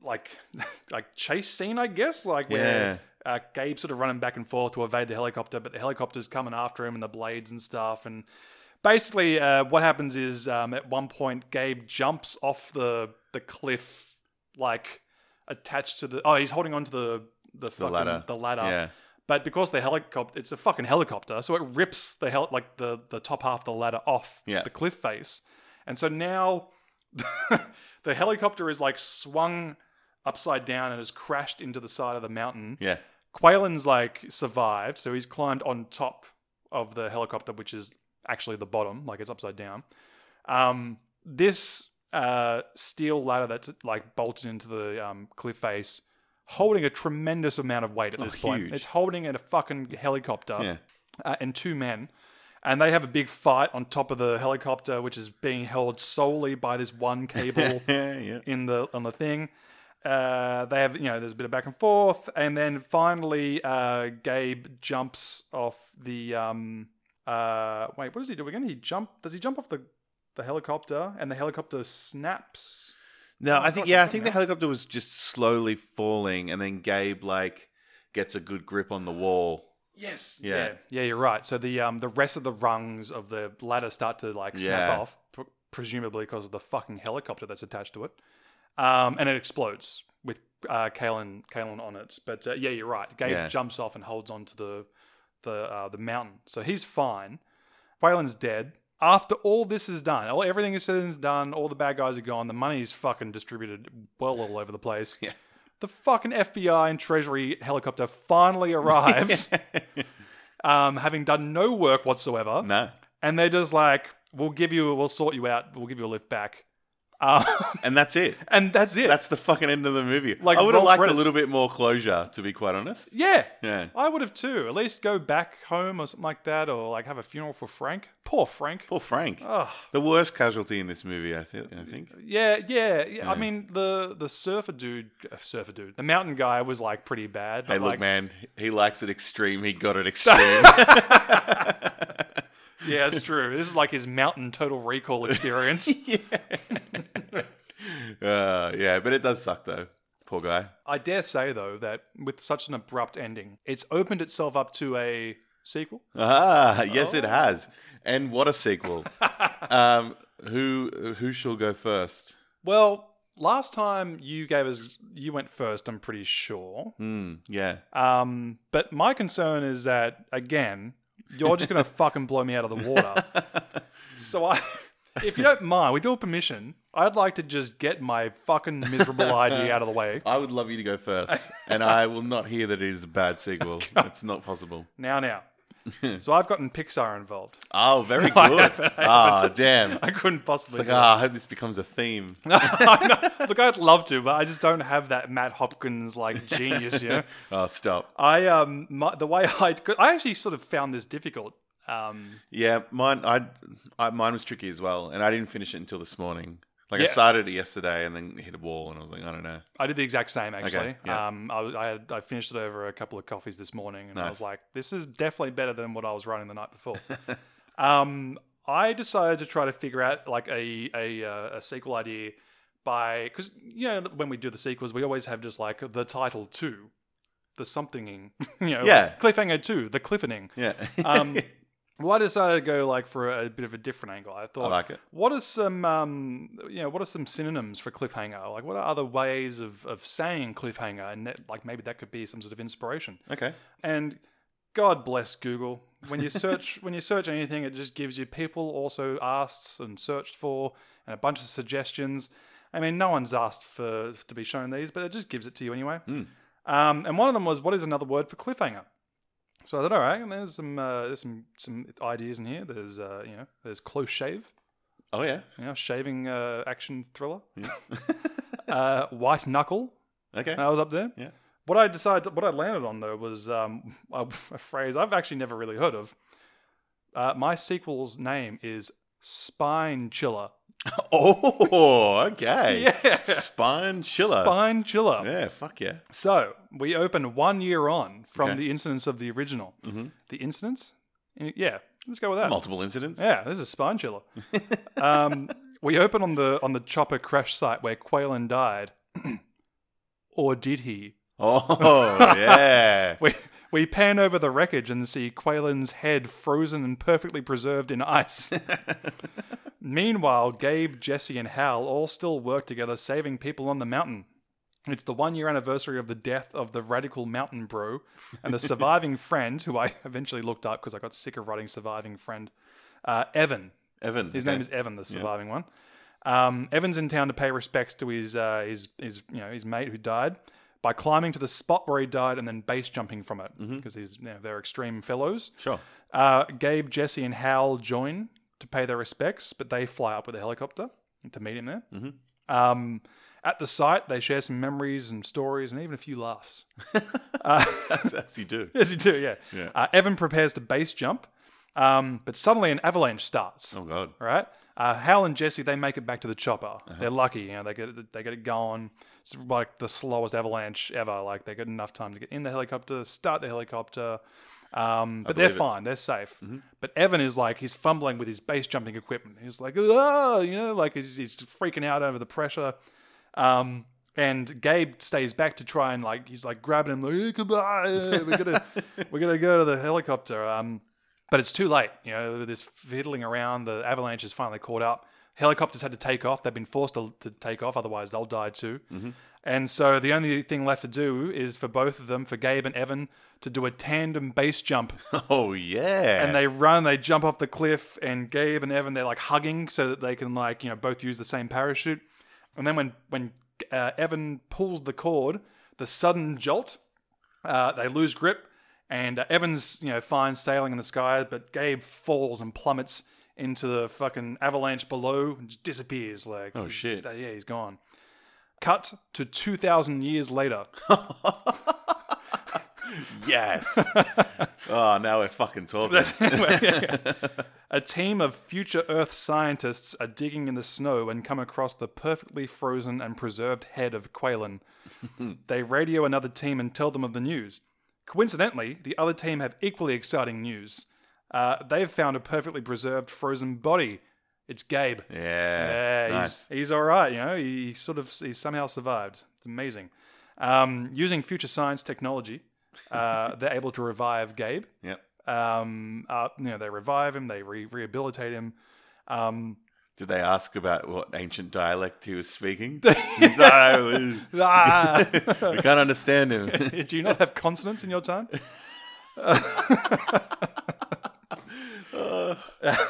B: like like chase scene, I guess, like where uh, Gabe's sort of running back and forth to evade the helicopter, but the helicopter's coming after him and the blades and stuff. And basically, uh, what happens is um, at one point Gabe jumps off the the cliff, like attached to the oh, he's holding onto the the, fucking,
A: ladder.
B: the ladder.
A: Yeah.
B: But because the helicopter, it's a fucking helicopter, so it rips the hel- like the the top half of the ladder off
A: Yeah.
B: the cliff face, and so now the helicopter is like swung upside down and has crashed into the side of the mountain.
A: Yeah.
B: Quaylen's like survived, so he's climbed on top of the helicopter, which is actually the bottom, like it's upside down. Um, this uh, steel ladder that's like bolted into the um, cliff face, holding a tremendous amount of weight at this point.
A: Oh, huge.
B: It's holding in a fucking helicopter
A: Yeah.
B: uh, and two men. And they have a big fight on top of the helicopter, which is being held solely by this one cable
A: Yeah, yeah.
B: in the on the thing. Uh, they have you know there's a bit of back and forth, and then finally uh, Gabe jumps off the um uh wait what does he do again? He jump does he jump off the the helicopter and the helicopter snaps?
A: No, I think
B: gosh,
A: yeah,
B: Oh, I
A: I think the helicopter was just slowly falling, and then Gabe like gets a good grip on the wall.
B: Yes.
A: Yeah.
B: Yeah. Yeah, you're right. So the um the rest of the rungs of the ladder start to like snap
A: Yeah.
B: off, pr- presumably because of the fucking helicopter that's attached to it, um, and it explodes with uh, Kalen Kalen on it. But uh, yeah, you're right. Gabe
A: Yeah.
B: jumps off and holds onto the the uh, the mountain, so he's fine. Waylon's dead. After all this is done, all everything is said and done, all the bad guys are gone, the money's fucking distributed well all over the place.
A: Yeah.
B: The fucking FBI and Treasury helicopter finally arrives, um, having done no work whatsoever.
A: No,
B: And they're just like, we'll give you, we'll sort you out, we'll give you a lift back. Um,
A: and that's it.
B: and that's it.
A: That's the fucking end of the movie.
B: Like
A: I would have
B: roll
A: liked a
B: credits.
A: little bit more closure, to be quite honest.
B: yeah.
A: Yeah.
B: I would have too. At least go back home or something like that, or like have a funeral for Frank. Poor Frank.
A: Poor Frank,
B: Ugh.
A: the worst casualty in this movie, I think. I think.
B: Yeah, yeah, yeah. I mean, the the surfer dude, uh, surfer dude, the mountain guy was like pretty bad. But,
A: Hey,
B: like,
A: look, man, he likes it extreme. He got it extreme.
B: Yeah, it's true. This is like his mountain total recall experience.
A: uh, yeah, but it does suck though. Poor guy.
B: I dare say though that with such an abrupt ending, it's opened itself up to a sequel.
A: Ah, yes, it has. And what a sequel. um, who who shall go first?
B: Well, last time you gave us, you went first. I'm pretty sure.
A: Hmm, yeah.
B: Um, but my concern is that again, you're just gonna fucking blow me out of the water. So I, if you don't mind, with your permission, I'd like to just get my fucking miserable idea out of the way.
A: I would love you to go first, and I will not hear that it is a bad sequel. it's not possible.
B: Now, now. So I've gotten Pixar involved.
A: Oh, very
B: I
A: good.
B: haven't, I
A: Ah,
B: haven't.
A: damn.
B: I couldn't possibly.
A: Like, ah, I hope this becomes a theme.
B: Look, I'd love to, but I just don't have that Matt Hopkins like genius. You know,
A: Oh, stop.
B: I um, my, the way I, I actually sort of found this difficult. Um,
A: Yeah, mine. I, I mine was tricky as well, and I didn't finish it until this morning. Like I
B: Yeah.
A: started it yesterday, and then hit a wall, and I was like, I don't know.
B: I did the exact same actually.
A: yeah.
B: Um, I, was- I, had, I finished it over a couple of coffees this morning, and I was
A: Nice.
B: like, "This is definitely better than what I was running the night before." um, I decided to try to figure out like a a, uh, a sequel idea by because you know when we do the sequels, we always have just like the title two, the somethinging, you know,
A: Yeah.
B: cliffhanger two, the cliffening.
A: Yeah,
B: Um, well, I decided to go like for a, bit of a different angle. I thought,
A: I like it.
B: what are some um, you know what are some synonyms for cliffhanger? Like, what are other ways of, of saying cliffhanger? And that, like maybe that could be some sort of inspiration.
A: Okay.
B: And God bless Google. When you search when you search anything, it just gives you people also asked and searched for and a bunch of suggestions. I mean, no one's asked for to be shown these, but it just gives it to you anyway. Um, and one of them was, "What is another word for cliffhanger?" So I thought, all right, and there's some uh, there's some some ideas in here. There's uh, you know there's close shave,
A: Oh yeah.
B: you know, shaving uh, action thriller, uh, white knuckle.
A: Okay.
B: I was up there.
A: Yeah.
B: What I decided, what I landed on though was um, a, a phrase I've actually never really heard of. Uh, my sequel's name is Spine Chiller.
A: Oh, okay.
B: Yeah.
A: Spine chiller.
B: Spine Chiller.
A: Yeah, fuck yeah.
B: So we open one year on from
A: Okay.
B: the incidents of the original. Mm-hmm. The incidents, yeah. Let's go with that.
A: Multiple incidents.
B: Yeah, this is spine chiller. um, we open on the on the chopper crash site where Quaylen died, or did he?
A: Oh yeah.
B: We we pan over the wreckage and see Quaylen's head frozen and perfectly preserved in ice. Meanwhile, Gabe, Jesse, and Hal all still work together saving people on the mountain. It's the one year anniversary of the death of the radical mountain bro, and the surviving friend, who I eventually looked up because I got sick of writing surviving friend, uh, Evan.
A: Evan.
B: His name is Evan, the surviving one. Um, Evan's in town to pay respects to his uh, his his you know his mate who died by climbing to the spot where he died and then base jumping from it
A: Mm-hmm.
B: because he's you know, they're extreme fellows.
A: Sure.
B: Uh, Gabe, Jesse, and Hal join to pay their respects, but they fly up with a helicopter to meet him there.
A: Mm-hmm.
B: Um, at the site, they share some memories and stories and even a few laughs.
A: That's as you do.
B: Yes, you do, yeah.
A: Yeah.
B: Uh, Evan prepares to base jump, um, but suddenly an avalanche starts.
A: Oh god.
B: All right. Uh, Hal and Jesse, they make it back to the chopper.
A: Uh-huh.
B: They're lucky, you know. They get it, they get it going. It's like the slowest avalanche ever. Like they get enough time to get in the helicopter, start the helicopter. Um, but
A: believe
B: they're
A: it. Mm-hmm.
B: fine. They're safe. But Evan is like he's fumbling with his base jumping equipment. He's like, ah, you know, like he's, he's freaking out over the pressure. Um, and Gabe stays back to try and like he's like grabbing him like "Hey, goodbye, uh, we're gonna we're gonna go to the helicopter. Um, but it's too late. You know, this fiddling around, the avalanche has finally caught up. Helicopters had to take off. They've been forced to, to take off, otherwise they'll die too. And so the only thing left to do is for both of them, for Gabe and Evan, to do a tandem base jump.
A: Oh yeah.
B: And they run, they jump off the cliff, and Gabe and Evan they're like hugging so that they can like you know both use the same parachute. And then when when uh, Evan pulls the cord, the sudden jolt, uh, they lose grip, and uh, Evan's you know fine sailing in the sky, but Gabe falls and plummets into the fucking avalanche below and just disappears. Like oh
A: shit.
B: yeah, he's gone. Cut to two thousand years later.
A: yes. oh, now we're fucking talking.
B: A team of future Earth scientists are digging in the snow and come across the perfectly frozen and preserved head of Quaylen. they radio another team and tell them of the news. Coincidentally, the other team have equally exciting news. Uh, they've found a perfectly preserved frozen body. It's Gabe.
A: Yeah.
B: Yeah,
A: nice.
B: he's, he's all right. You know, he sort of he somehow survived. It's amazing. Um, using future science technology, uh, they're able to revive Gabe
A: Yep.
B: Um, uh, you know, they revive him, they re- rehabilitate him. Um,
A: Did they ask about what ancient dialect he was speaking? No, we
B: ah,
A: we can't understand him.
B: do you not have consonants in your time?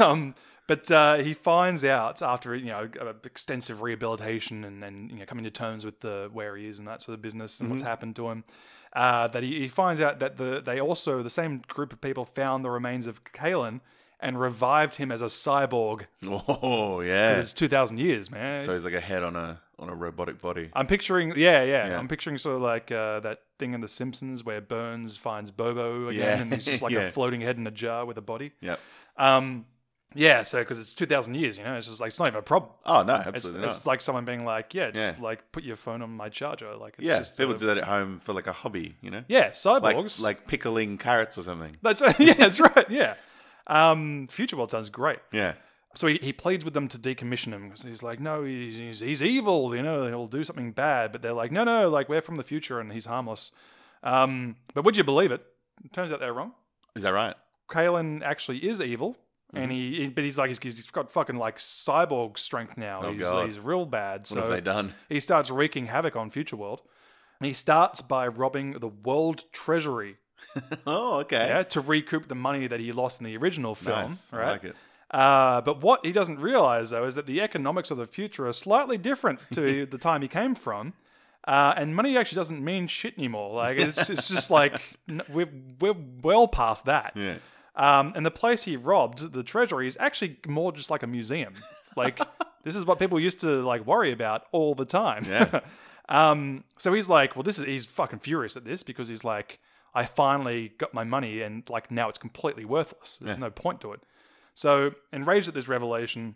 B: um, but uh, he finds out after you know uh, extensive rehabilitation and, and you know coming to terms with the where he is and that sort of business and what's happened to him. Uh, that he, he finds out that the they also the same group of people found the remains of Kalen and revived him as a cyborg.
A: Oh yeah.
B: It's two thousand years, man.
A: So he's like a head on a on a robotic body.
B: I'm picturing, yeah, yeah, I'm picturing sort of like uh, that thing in The Simpsons where Burns finds Bobo again,
A: Yeah.
B: and he's just like
A: Yeah.
B: a floating head in a jar with a body.
A: Yep.
B: Um, yeah, so because it's two thousand years, you know, it's just like it's not even a problem.
A: Oh no,
B: It's,
A: absolutely
B: it's
A: not.
B: like someone being like, yeah, just
A: Yeah.
B: like put your phone on my charger, like it's
A: Yeah,
B: just
A: people
B: sort
A: do
B: of-
A: that at home for like a hobby, you know.
B: yeah,
A: Like
B: cyborgs.
A: like pickling carrots or something.
B: that's yeah, that's right, yeah. Um, Future World sounds great.
A: Yeah.
B: So he, he pleads with them to decommission him because he's like, no, he's, he's, he's evil, you know, he'll do something bad. But they're like, no, no, like we're from the future and he's harmless. Um, but would you believe it? it turns out they're wrong.
A: Is that right?
B: Kalen actually is evil,
A: Mm-hmm.
B: and he, he- but he's like he's, he's got fucking like cyborg strength now. he's,
A: Oh, God.
B: he's real bad.
A: What have they
B: So
A: done?
B: he starts wreaking havoc on Future World. And he starts by robbing the world treasury
A: Oh, okay.
B: yeah, to recoup the money that he lost in the original film.
A: Nice. I
B: Right.
A: like it.
B: Uh, but what he doesn't realize, though, is that the economics of the future are slightly different to the time he came from. Uh, and money actually doesn't mean shit anymore. Like it's, it's just like n- we're we're well past that.
A: Yeah.
B: Um, and the place he robbed, the treasury, is actually more just like a museum. Like this is what people used to like worry about all the time.
A: Yeah.
B: um, so he's like, well, this is he's fucking furious at this because he's like, I finally got my money and like now it's completely worthless. There's no point to it. So enraged at this revelation,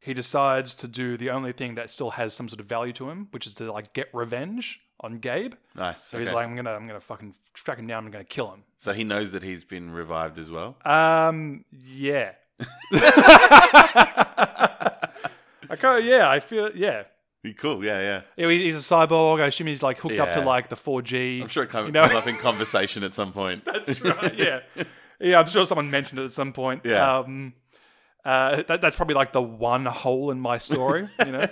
B: he decides to do the only thing that still has some sort of value to him, which is to like get revenge on Gabe.
A: Nice.
B: So he's
A: Okay.
B: like, I'm gonna, I'm gonna fucking track him down. I'm gonna kill him.
A: so he knows that he's been revived as well.
B: Um, yeah. I kind of, yeah, I feel, yeah.
A: cool. Yeah, yeah.
B: Yeah, he- He's a cyborg. I assume he's like hooked up to
A: Yeah.
B: like the 4G.
A: I'm sure it come,
B: You know?
A: come up in conversation at some point.
B: That's right. Yeah. Yeah, I'm sure someone mentioned it at some point.
A: Yeah.
B: Um, uh, that, that's probably like the one hole in my story, you know,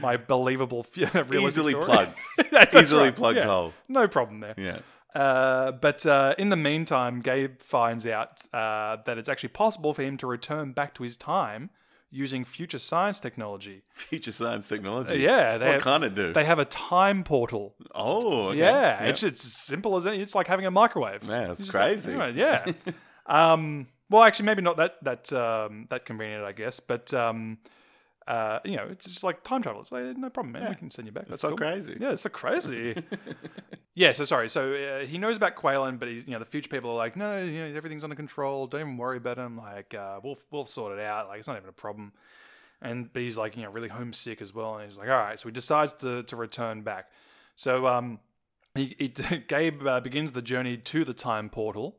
B: my believable, realistic
A: Easily
B: story.
A: plugged.
B: That's
A: Easily
B: right,
A: plugged
B: yeah.
A: hole.
B: No problem there.
A: Yeah.
B: Uh, but uh, in the meantime, Gabe finds out uh, that it's actually possible for him to return back to his time using future science technology.
A: Future science technology.
B: Yeah, they
A: What
B: have,
A: can't it do?
B: they have a time portal.
A: oh, okay.
B: Yeah,
A: Yep.
B: it's it's as simple as any. It's like having a microwave.
A: Man, that's
B: It's just like,
A: crazy.
B: "Alright, yeah. um, well, actually, maybe not that that um, that convenient, I guess. But um, uh, you know, it's just like time travel. It's like "Eh, no problem, man. We can send you back. That's
A: so
B: cool.
A: crazy.
B: Yeah, it's so crazy. yeah, so sorry. So uh, he knows about Quaylen, but he's you know the future people are like, no, you know everything's under control. Don't even worry about him. Like uh, we'll we'll sort it out. Like it's not even a problem. And but he's like you know really homesick as well, and he's like, all right. So he decides to to return back. So um, he, he Gabe uh, begins the journey to the time portal,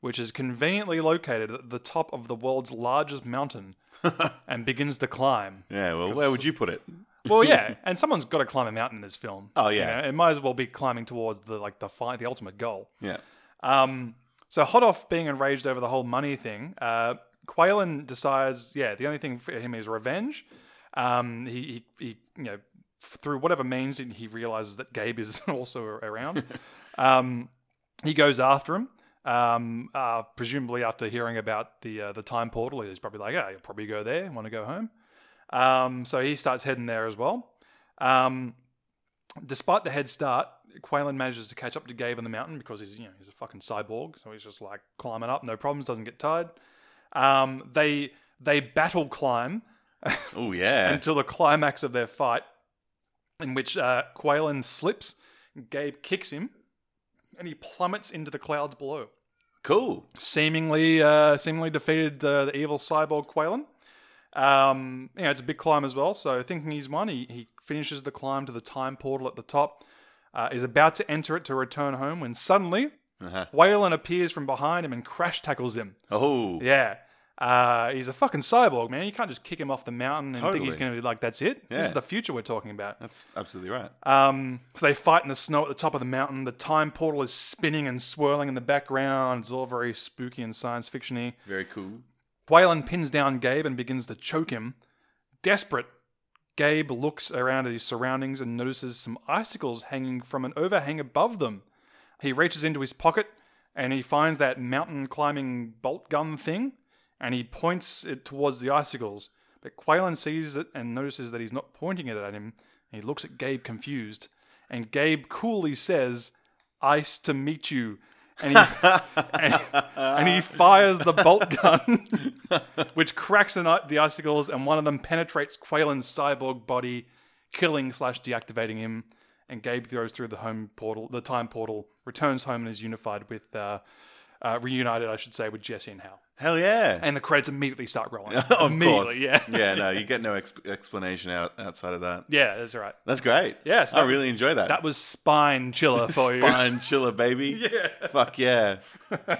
B: which is conveniently located at the top of the world's largest mountain, and begins to climb.
A: Yeah, well, where would you put it?
B: Well, yeah, and someone's got to climb a mountain in this film.
A: Oh,
B: You
A: yeah.
B: know, it might as well be climbing towards the like the fi- the ultimate goal.
A: Yeah.
B: Um, so hot off being enraged over the whole money thing, uh, Quaylen decides, yeah, the only thing for him is revenge. Um, he, he, he you know, through whatever means, he realizes that Gabe is also around. um, he goes after him. Um, uh, presumably after hearing about the uh, the time portal, he's probably like, "Yeah, you'll probably go there. Want to go home?" Um, so he starts heading there as well. Um, despite the head start, Quaylen manages to catch up to Gabe on the mountain because he's you know he's a fucking cyborg, so he's just like climbing up, no problems, doesn't get tired. Um, they they battle climb
A: Oh, yeah.
B: until the climax of their fight, in which uh, Quaylen slips, Gabe kicks him, and he plummets into the clouds below
A: cool.
B: seemingly uh, seemingly defeated uh, the evil cyborg Quaylen. Um, you know, it's a big climb as well. So thinking he's won, he, he finishes the climb to the time portal at the top. Uh, is about to enter it to return home when suddenly
A: Uh-huh.
B: Whalen appears from behind him and crash tackles him.
A: Oh,
B: Yeah. Uh, he's a fucking cyborg, man. You can't just kick him off the mountain and think he's
A: Totally.
B: going to be like, that's it. This
A: Yeah.
B: is the future we're talking about.
A: That's absolutely right.
B: Um, so they fight in the snow at the top of the mountain. The time portal is spinning and swirling in the background. It's all very spooky and science fictiony.
A: Very cool.
B: Waylon pins down Gabe and begins to choke him. Desperate, Gabe looks around at his surroundings and notices some icicles hanging from an overhang above them. He reaches into his pocket and he finds that mountain climbing bolt gun thing and he points it towards the icicles. But Quaylan sees it and notices that he's not pointing it at him. He looks at Gabe confused and Gabe coolly says, Ice to meet you. And he, and, and he fires the bolt gun, which cracks an, i- the icicles, and one of them penetrates Quaylen's cyborg body, killing slash deactivating him. And Gabe goes through the home portal, the time portal, returns home, and is unified with, uh, uh, reunited, I should say, with Jesse and Hal.
A: Hell yeah.
B: And the credits immediately start rolling.
A: of
B: immediately,
A: course.
B: yeah,
A: yeah, no, you get no exp- explanation out- outside of that.
B: yeah, that's right.
A: That's great.
B: Yes,
A: I
B: that-
A: really enjoy that.
B: That was spine chiller for you.
A: Spine chiller, baby. yeah. Fuck yeah.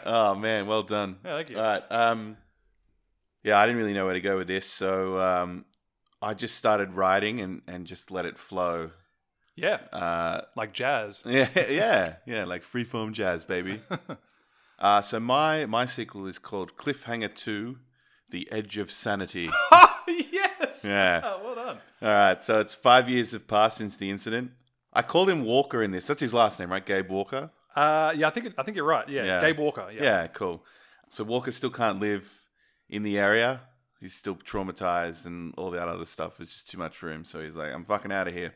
A: Oh man, well done.
B: Yeah, thank you.
A: All right. Um, yeah, I didn't really know where to go with this, so um, I just started writing and and just let it flow.
B: Yeah,
A: Uh,
B: like jazz.
A: yeah, yeah, yeah, like freeform jazz, baby. Uh, so my my sequel is called Cliffhanger Two: The Edge of Sanity.
B: yes.
A: Yeah.
B: Ah, well done.
A: All right, so it's five years have passed since the incident. I called him Walker in this. That's his last name, right? Gabe Walker.
B: Uh, yeah, I think it, I think you're right. Yeah,
A: Yeah.
B: Gabe Walker. Yeah.
A: Yeah, cool. So Walker still can't live in the area. He's still traumatized and all that other stuff. It's just too much for him. So he's like, I'm fucking out of here.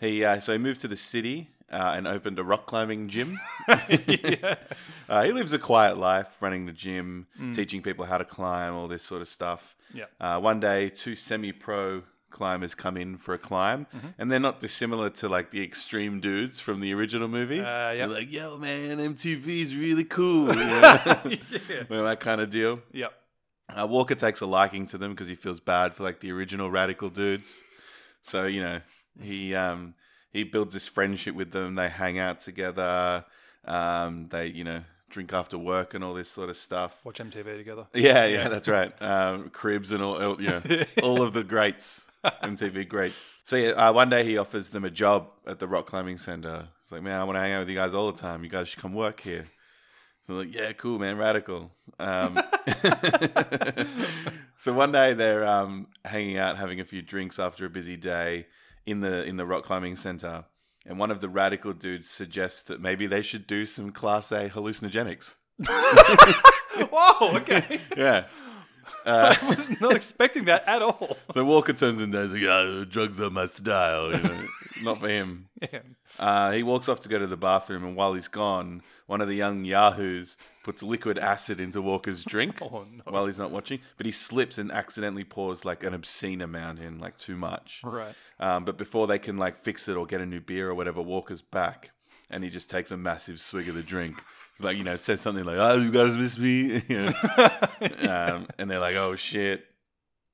A: he uh, so he moved to the city uh, and opened a rock climbing gym. uh, he lives a quiet life, running the gym,
B: Mm.
A: teaching people how to climb, all this sort of stuff.
B: Yeah.
A: Uh, one day, two semi-pro climbers come in for a climb,
B: Mm-hmm.
A: and they're not dissimilar to like the extreme dudes from the original movie.
B: Uh, yep.
A: They're like, "Yo, man, MTV's really cool." You know? You know, that kind of deal.
B: Yep.
A: Uh, Walker takes a liking to them because he feels bad for like the original radical dudes. So you know, he um, he builds this friendship with them. They hang out together. Um, they you know drink after work and all this sort of stuff.
B: Watch MTV together.
A: Yeah, yeah, that's right. Um, cribs and all, all, you know, all of the greats, MTV greats. So yeah, uh, one day he offers them a job at the rock climbing center. He's like, man, I want to hang out with you guys all the time. You guys should come work here. So they're like, yeah, cool, man, radical. Um, so one day they're um, hanging out, having a few drinks after a busy day in the in the rock climbing center, and one of the radical dudes suggests that maybe they should do some class A hallucinogenics.
B: Whoa. Okay.
A: Yeah.
B: I was not expecting that at all.
A: So Walker turns in there and is like, "Oh, drugs are my style. You know? Not for him.
B: Yeah.
A: Uh, he walks off to go to the bathroom, and while he's gone, one of the young yahoos puts liquid acid into Walker's drink
B: Oh, no.
A: while he's not watching. But he slips and accidentally pours like an obscene amount in, like too much.
B: Right.
A: Um, but before they can like fix it or get a new beer or whatever, Walker's back, and he just takes a massive swig of the drink. He's like, you know, says something like, "Oh, you guys miss me," you know? um, and they're like, "Oh shit."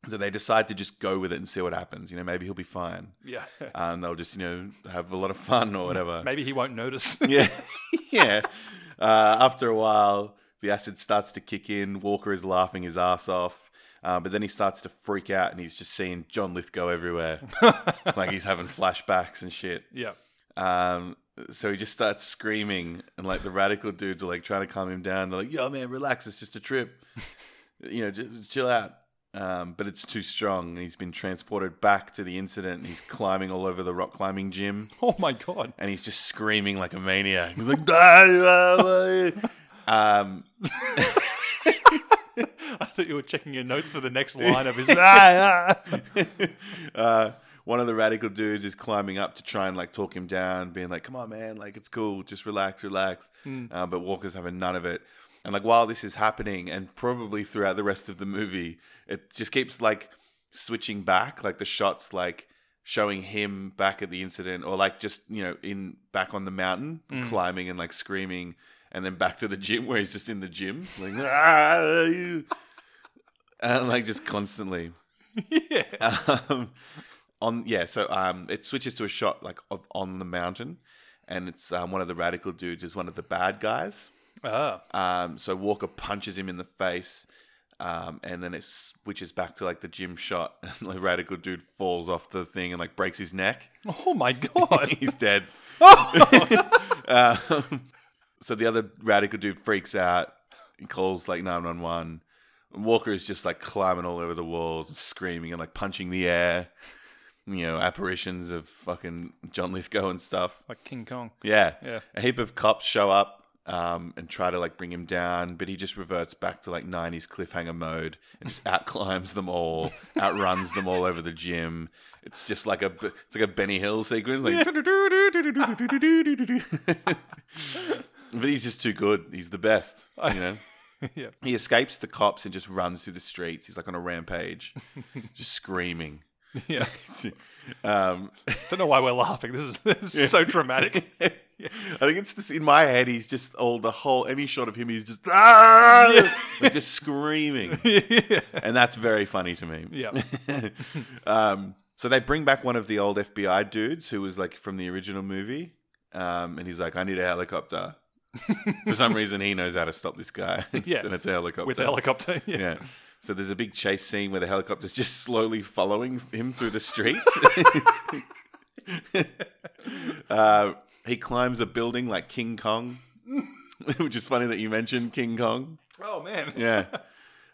A: So they decide to just go with it and see what happens. You know, maybe he'll be fine.
B: Yeah.
A: Um, they'll just, you know, have a lot of fun or whatever.
B: Maybe he won't notice.
A: Yeah, yeah. Uh, after a while, the acid starts to kick in. Walker is laughing his ass off, uh, but then he starts to freak out and he's just seeing John Lithgow everywhere, like he's having flashbacks and shit.
B: yeah.
A: Um, so he just starts screaming, and like the radical dudes are like trying to calm him down. They're like, "Yo, man, relax. It's just a trip. you know, just chill out." Um, but it's too strong, and he's been transported back to the incident. And he's climbing all over the rock climbing gym
B: Oh my god.
A: and he's just screaming like a maniac. He's like, "Die, die, die." um,
B: I thought you were checking your notes for the next line of his. Ah!
A: uh, one of the radical dudes is climbing up to try and like talk him down, being like, "Come on, man, like it's cool, just relax, relax." Uh, but Walker's having none of it. And like while this is happening, and probably throughout the rest of the movie, it just keeps like switching back, like the shots, like showing him back at the incident, or like just you know in back on the mountain climbing and like screaming, and then back to the gym where he's just in the gym, like, "Ah, you-" and Uh, like just constantly
B: yeah.
A: um, on yeah so um it switches to a shot like of on the mountain and it's um, one of the radical dudes is one of the bad guys
B: Ah.
A: um so walker punches him in the face Um, and then it switches back to like the gym shot, and like Radical Dude falls off the thing and like breaks his neck.
B: Oh my god!
A: He's dead. um, so the other Radical Dude freaks out and calls like 911. And Walker is just like climbing all over the walls and screaming and like punching the air. You know, apparitions of fucking John Lithgow and stuff.
B: like King Kong.
A: Yeah.
B: Yeah.
A: A heap of cops show up um, and try to like bring him down, but he just reverts back to like 90s cliffhanger mode and just outclimbs them all, outruns them all over the gym. It's just like a it's like a Benny Hill sequence like But he's just too good. He's the best, you know.
B: Yeah.
A: He escapes the cops and just runs through the streets. He's like on a rampage, just screaming.
B: Yeah.
A: Um,
B: Don't know why we're laughing. This is, this is so dramatic.
A: I think it's this in my head. He's just all the whole any shot of him. He's just "Ah!" like just screaming,
B: yeah.
A: and that's very funny to me.
B: Yeah.
A: Um, so they bring back one of the old FBI dudes who was like from the original movie, um, and he's like, "I need a helicopter." For some reason, he knows how to stop this guy.
B: Yeah.
A: and it's a helicopter.
B: With the helicopter. Yeah.
A: yeah. So there's a big chase scene where the helicopter's just slowly following him through the streets. uh, he climbs a building like King Kong, which is funny that you mentioned King Kong.
B: Oh man.
A: Yeah.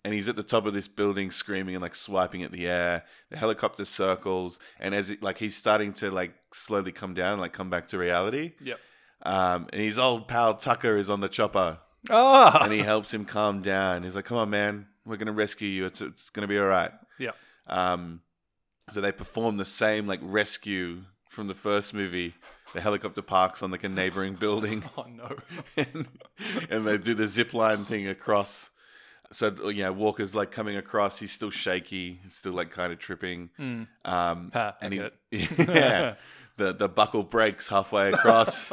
A: And he's at the top of this building screaming and like swiping at the air. The helicopter circles, and as it, like he's starting to like slowly come down, like come back to reality.
B: Yep.
A: Um, and his old pal Tucker is on the chopper
B: Ah.
A: and he helps him calm down. He's like, "Come on, man, we're gonna rescue you. It's it's gonna be all right."
B: Yeah.
A: Um, so they perform the same like rescue from the first movie. The helicopter parks on like a neighboring building,
B: Oh no.
A: and, and they do the zip line thing across. So you know, Walker's like coming across. He's still shaky, still like kind of tripping. Um,
B: Ha, I
A: and he's
B: get
A: yeah, the the buckle breaks halfway across.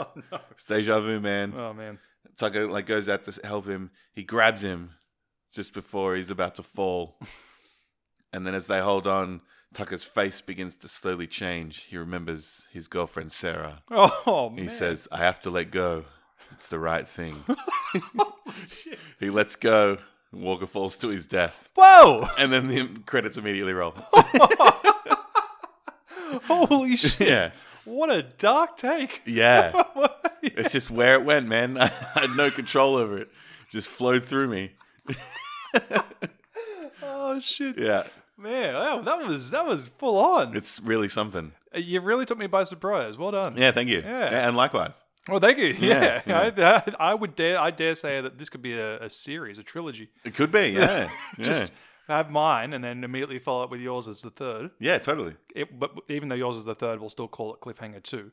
A: It's deja vu, man.
B: Oh man.
A: Tucker like goes out to help him. He grabs him just before he's about to fall, and then as they hold on, Tucker's face begins to slowly change. He remembers his girlfriend Sarah.
B: Oh man.
A: He says, "I have to let go. It's the right thing." he lets go. and Walker falls to his death,
B: Whoa!
A: and then the credits immediately roll.
B: Holy shit!
A: yeah,
B: What a dark take.
A: yeah. It's just where it went, man. I had no control over it. Just flowed through me.
B: Oh shit,
A: Yeah,
B: man! Wow, that was that was full on.
A: it's really something.
B: Uh, You really took me by surprise. Well done.
A: Yeah, thank you.
B: Yeah.
A: and likewise.
B: Well, thank you. Yeah,
A: Yeah,
B: I, I would dare I dare say that this could be a, a series, a trilogy.
A: It could be, yeah.
B: Just have mine and then immediately follow up with yours as the third.
A: yeah. yeah, totally.
B: It, but even though yours is the third, we'll still call it Cliffhanger Two.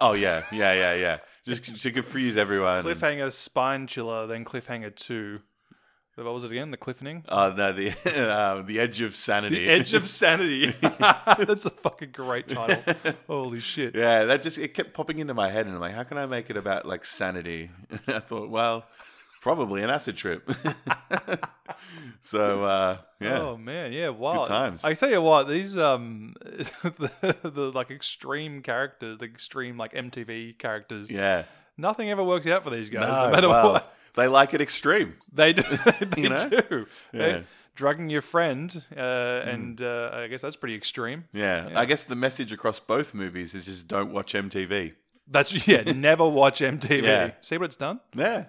A: Oh yeah, yeah, yeah, yeah. Just to confuse everyone.
B: Cliffhanger Spine Chiller, then Cliffhanger Two. What was it again? The Cliffening.
A: oh no, the uh, the edge of sanity.
B: Edge of Sanity. That's a fucking great title. Holy shit.
A: yeah, that just it kept popping into my head, and I'm like, how can I make it about like sanity? And I thought, well, probably an acid trip. so uh, yeah,
B: Oh man, yeah, wow.
A: times.
B: I tell you what, these um, the, the like extreme characters, the extreme like MTV characters,
A: yeah.
B: nothing ever works out for these guys.
A: No,
B: no matter
A: wow.
B: what
A: They like it extreme.
B: they do, they
A: You know?
B: do. They-
A: Yeah. Mm.
B: drugging your friend, uh, and uh, I guess that's pretty extreme.
A: Yeah. I guess the message across both movies is just don't watch MTV.
B: That's yeah. never watch MTV.
A: Yeah.
B: See what it's done.
A: Yeah,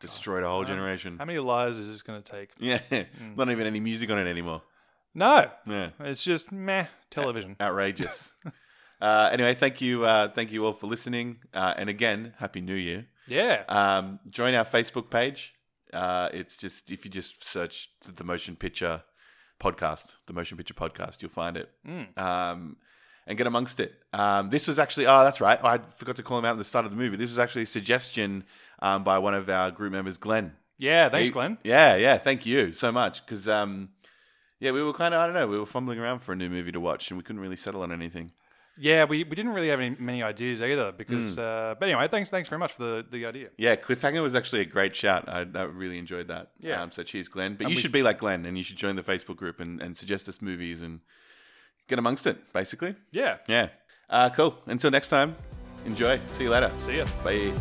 A: destroyed a whole generation.
B: How many lives is this going to take?
A: Yeah, not even any music on it anymore.
B: No,
A: Yeah,
B: it's just meh
A: uh,
B: television.
A: outrageous. uh, anyway, thank you, uh, thank you all for listening, uh, and again, happy New Year.
B: Yeah.
A: Um, join our Facebook page. Uh, it's just if you just search the Motion Picture Podcast, the Motion Picture Podcast, you'll find it. Um, and get amongst it. Um, this was actually, oh, that's right. I forgot to call him out at the start of the movie. This was actually a suggestion um, by one of our group members, Glenn.
B: yeah. Thanks,
A: He-
B: Glenn.
A: Yeah, yeah. Thank you so much. Because um, yeah, we were kind of I don't know, we were fumbling around for a new movie to watch, and we couldn't really settle on anything.
B: Yeah, we, we didn't really have any many ideas either
A: Mm.
B: because. Uh, but anyway, thanks thanks very much for the, the idea.
A: Yeah, cliffhanger was actually a great shout. I, I really enjoyed that.
B: Yeah.
A: Um, so cheers, Glenn. But you should be like Glenn, and you should join the Facebook group and, and suggest us movies and get amongst it, basically.
B: Yeah.
A: Yeah. Uh, cool. Until next time, enjoy. See you later.
B: See ya.
A: Bye.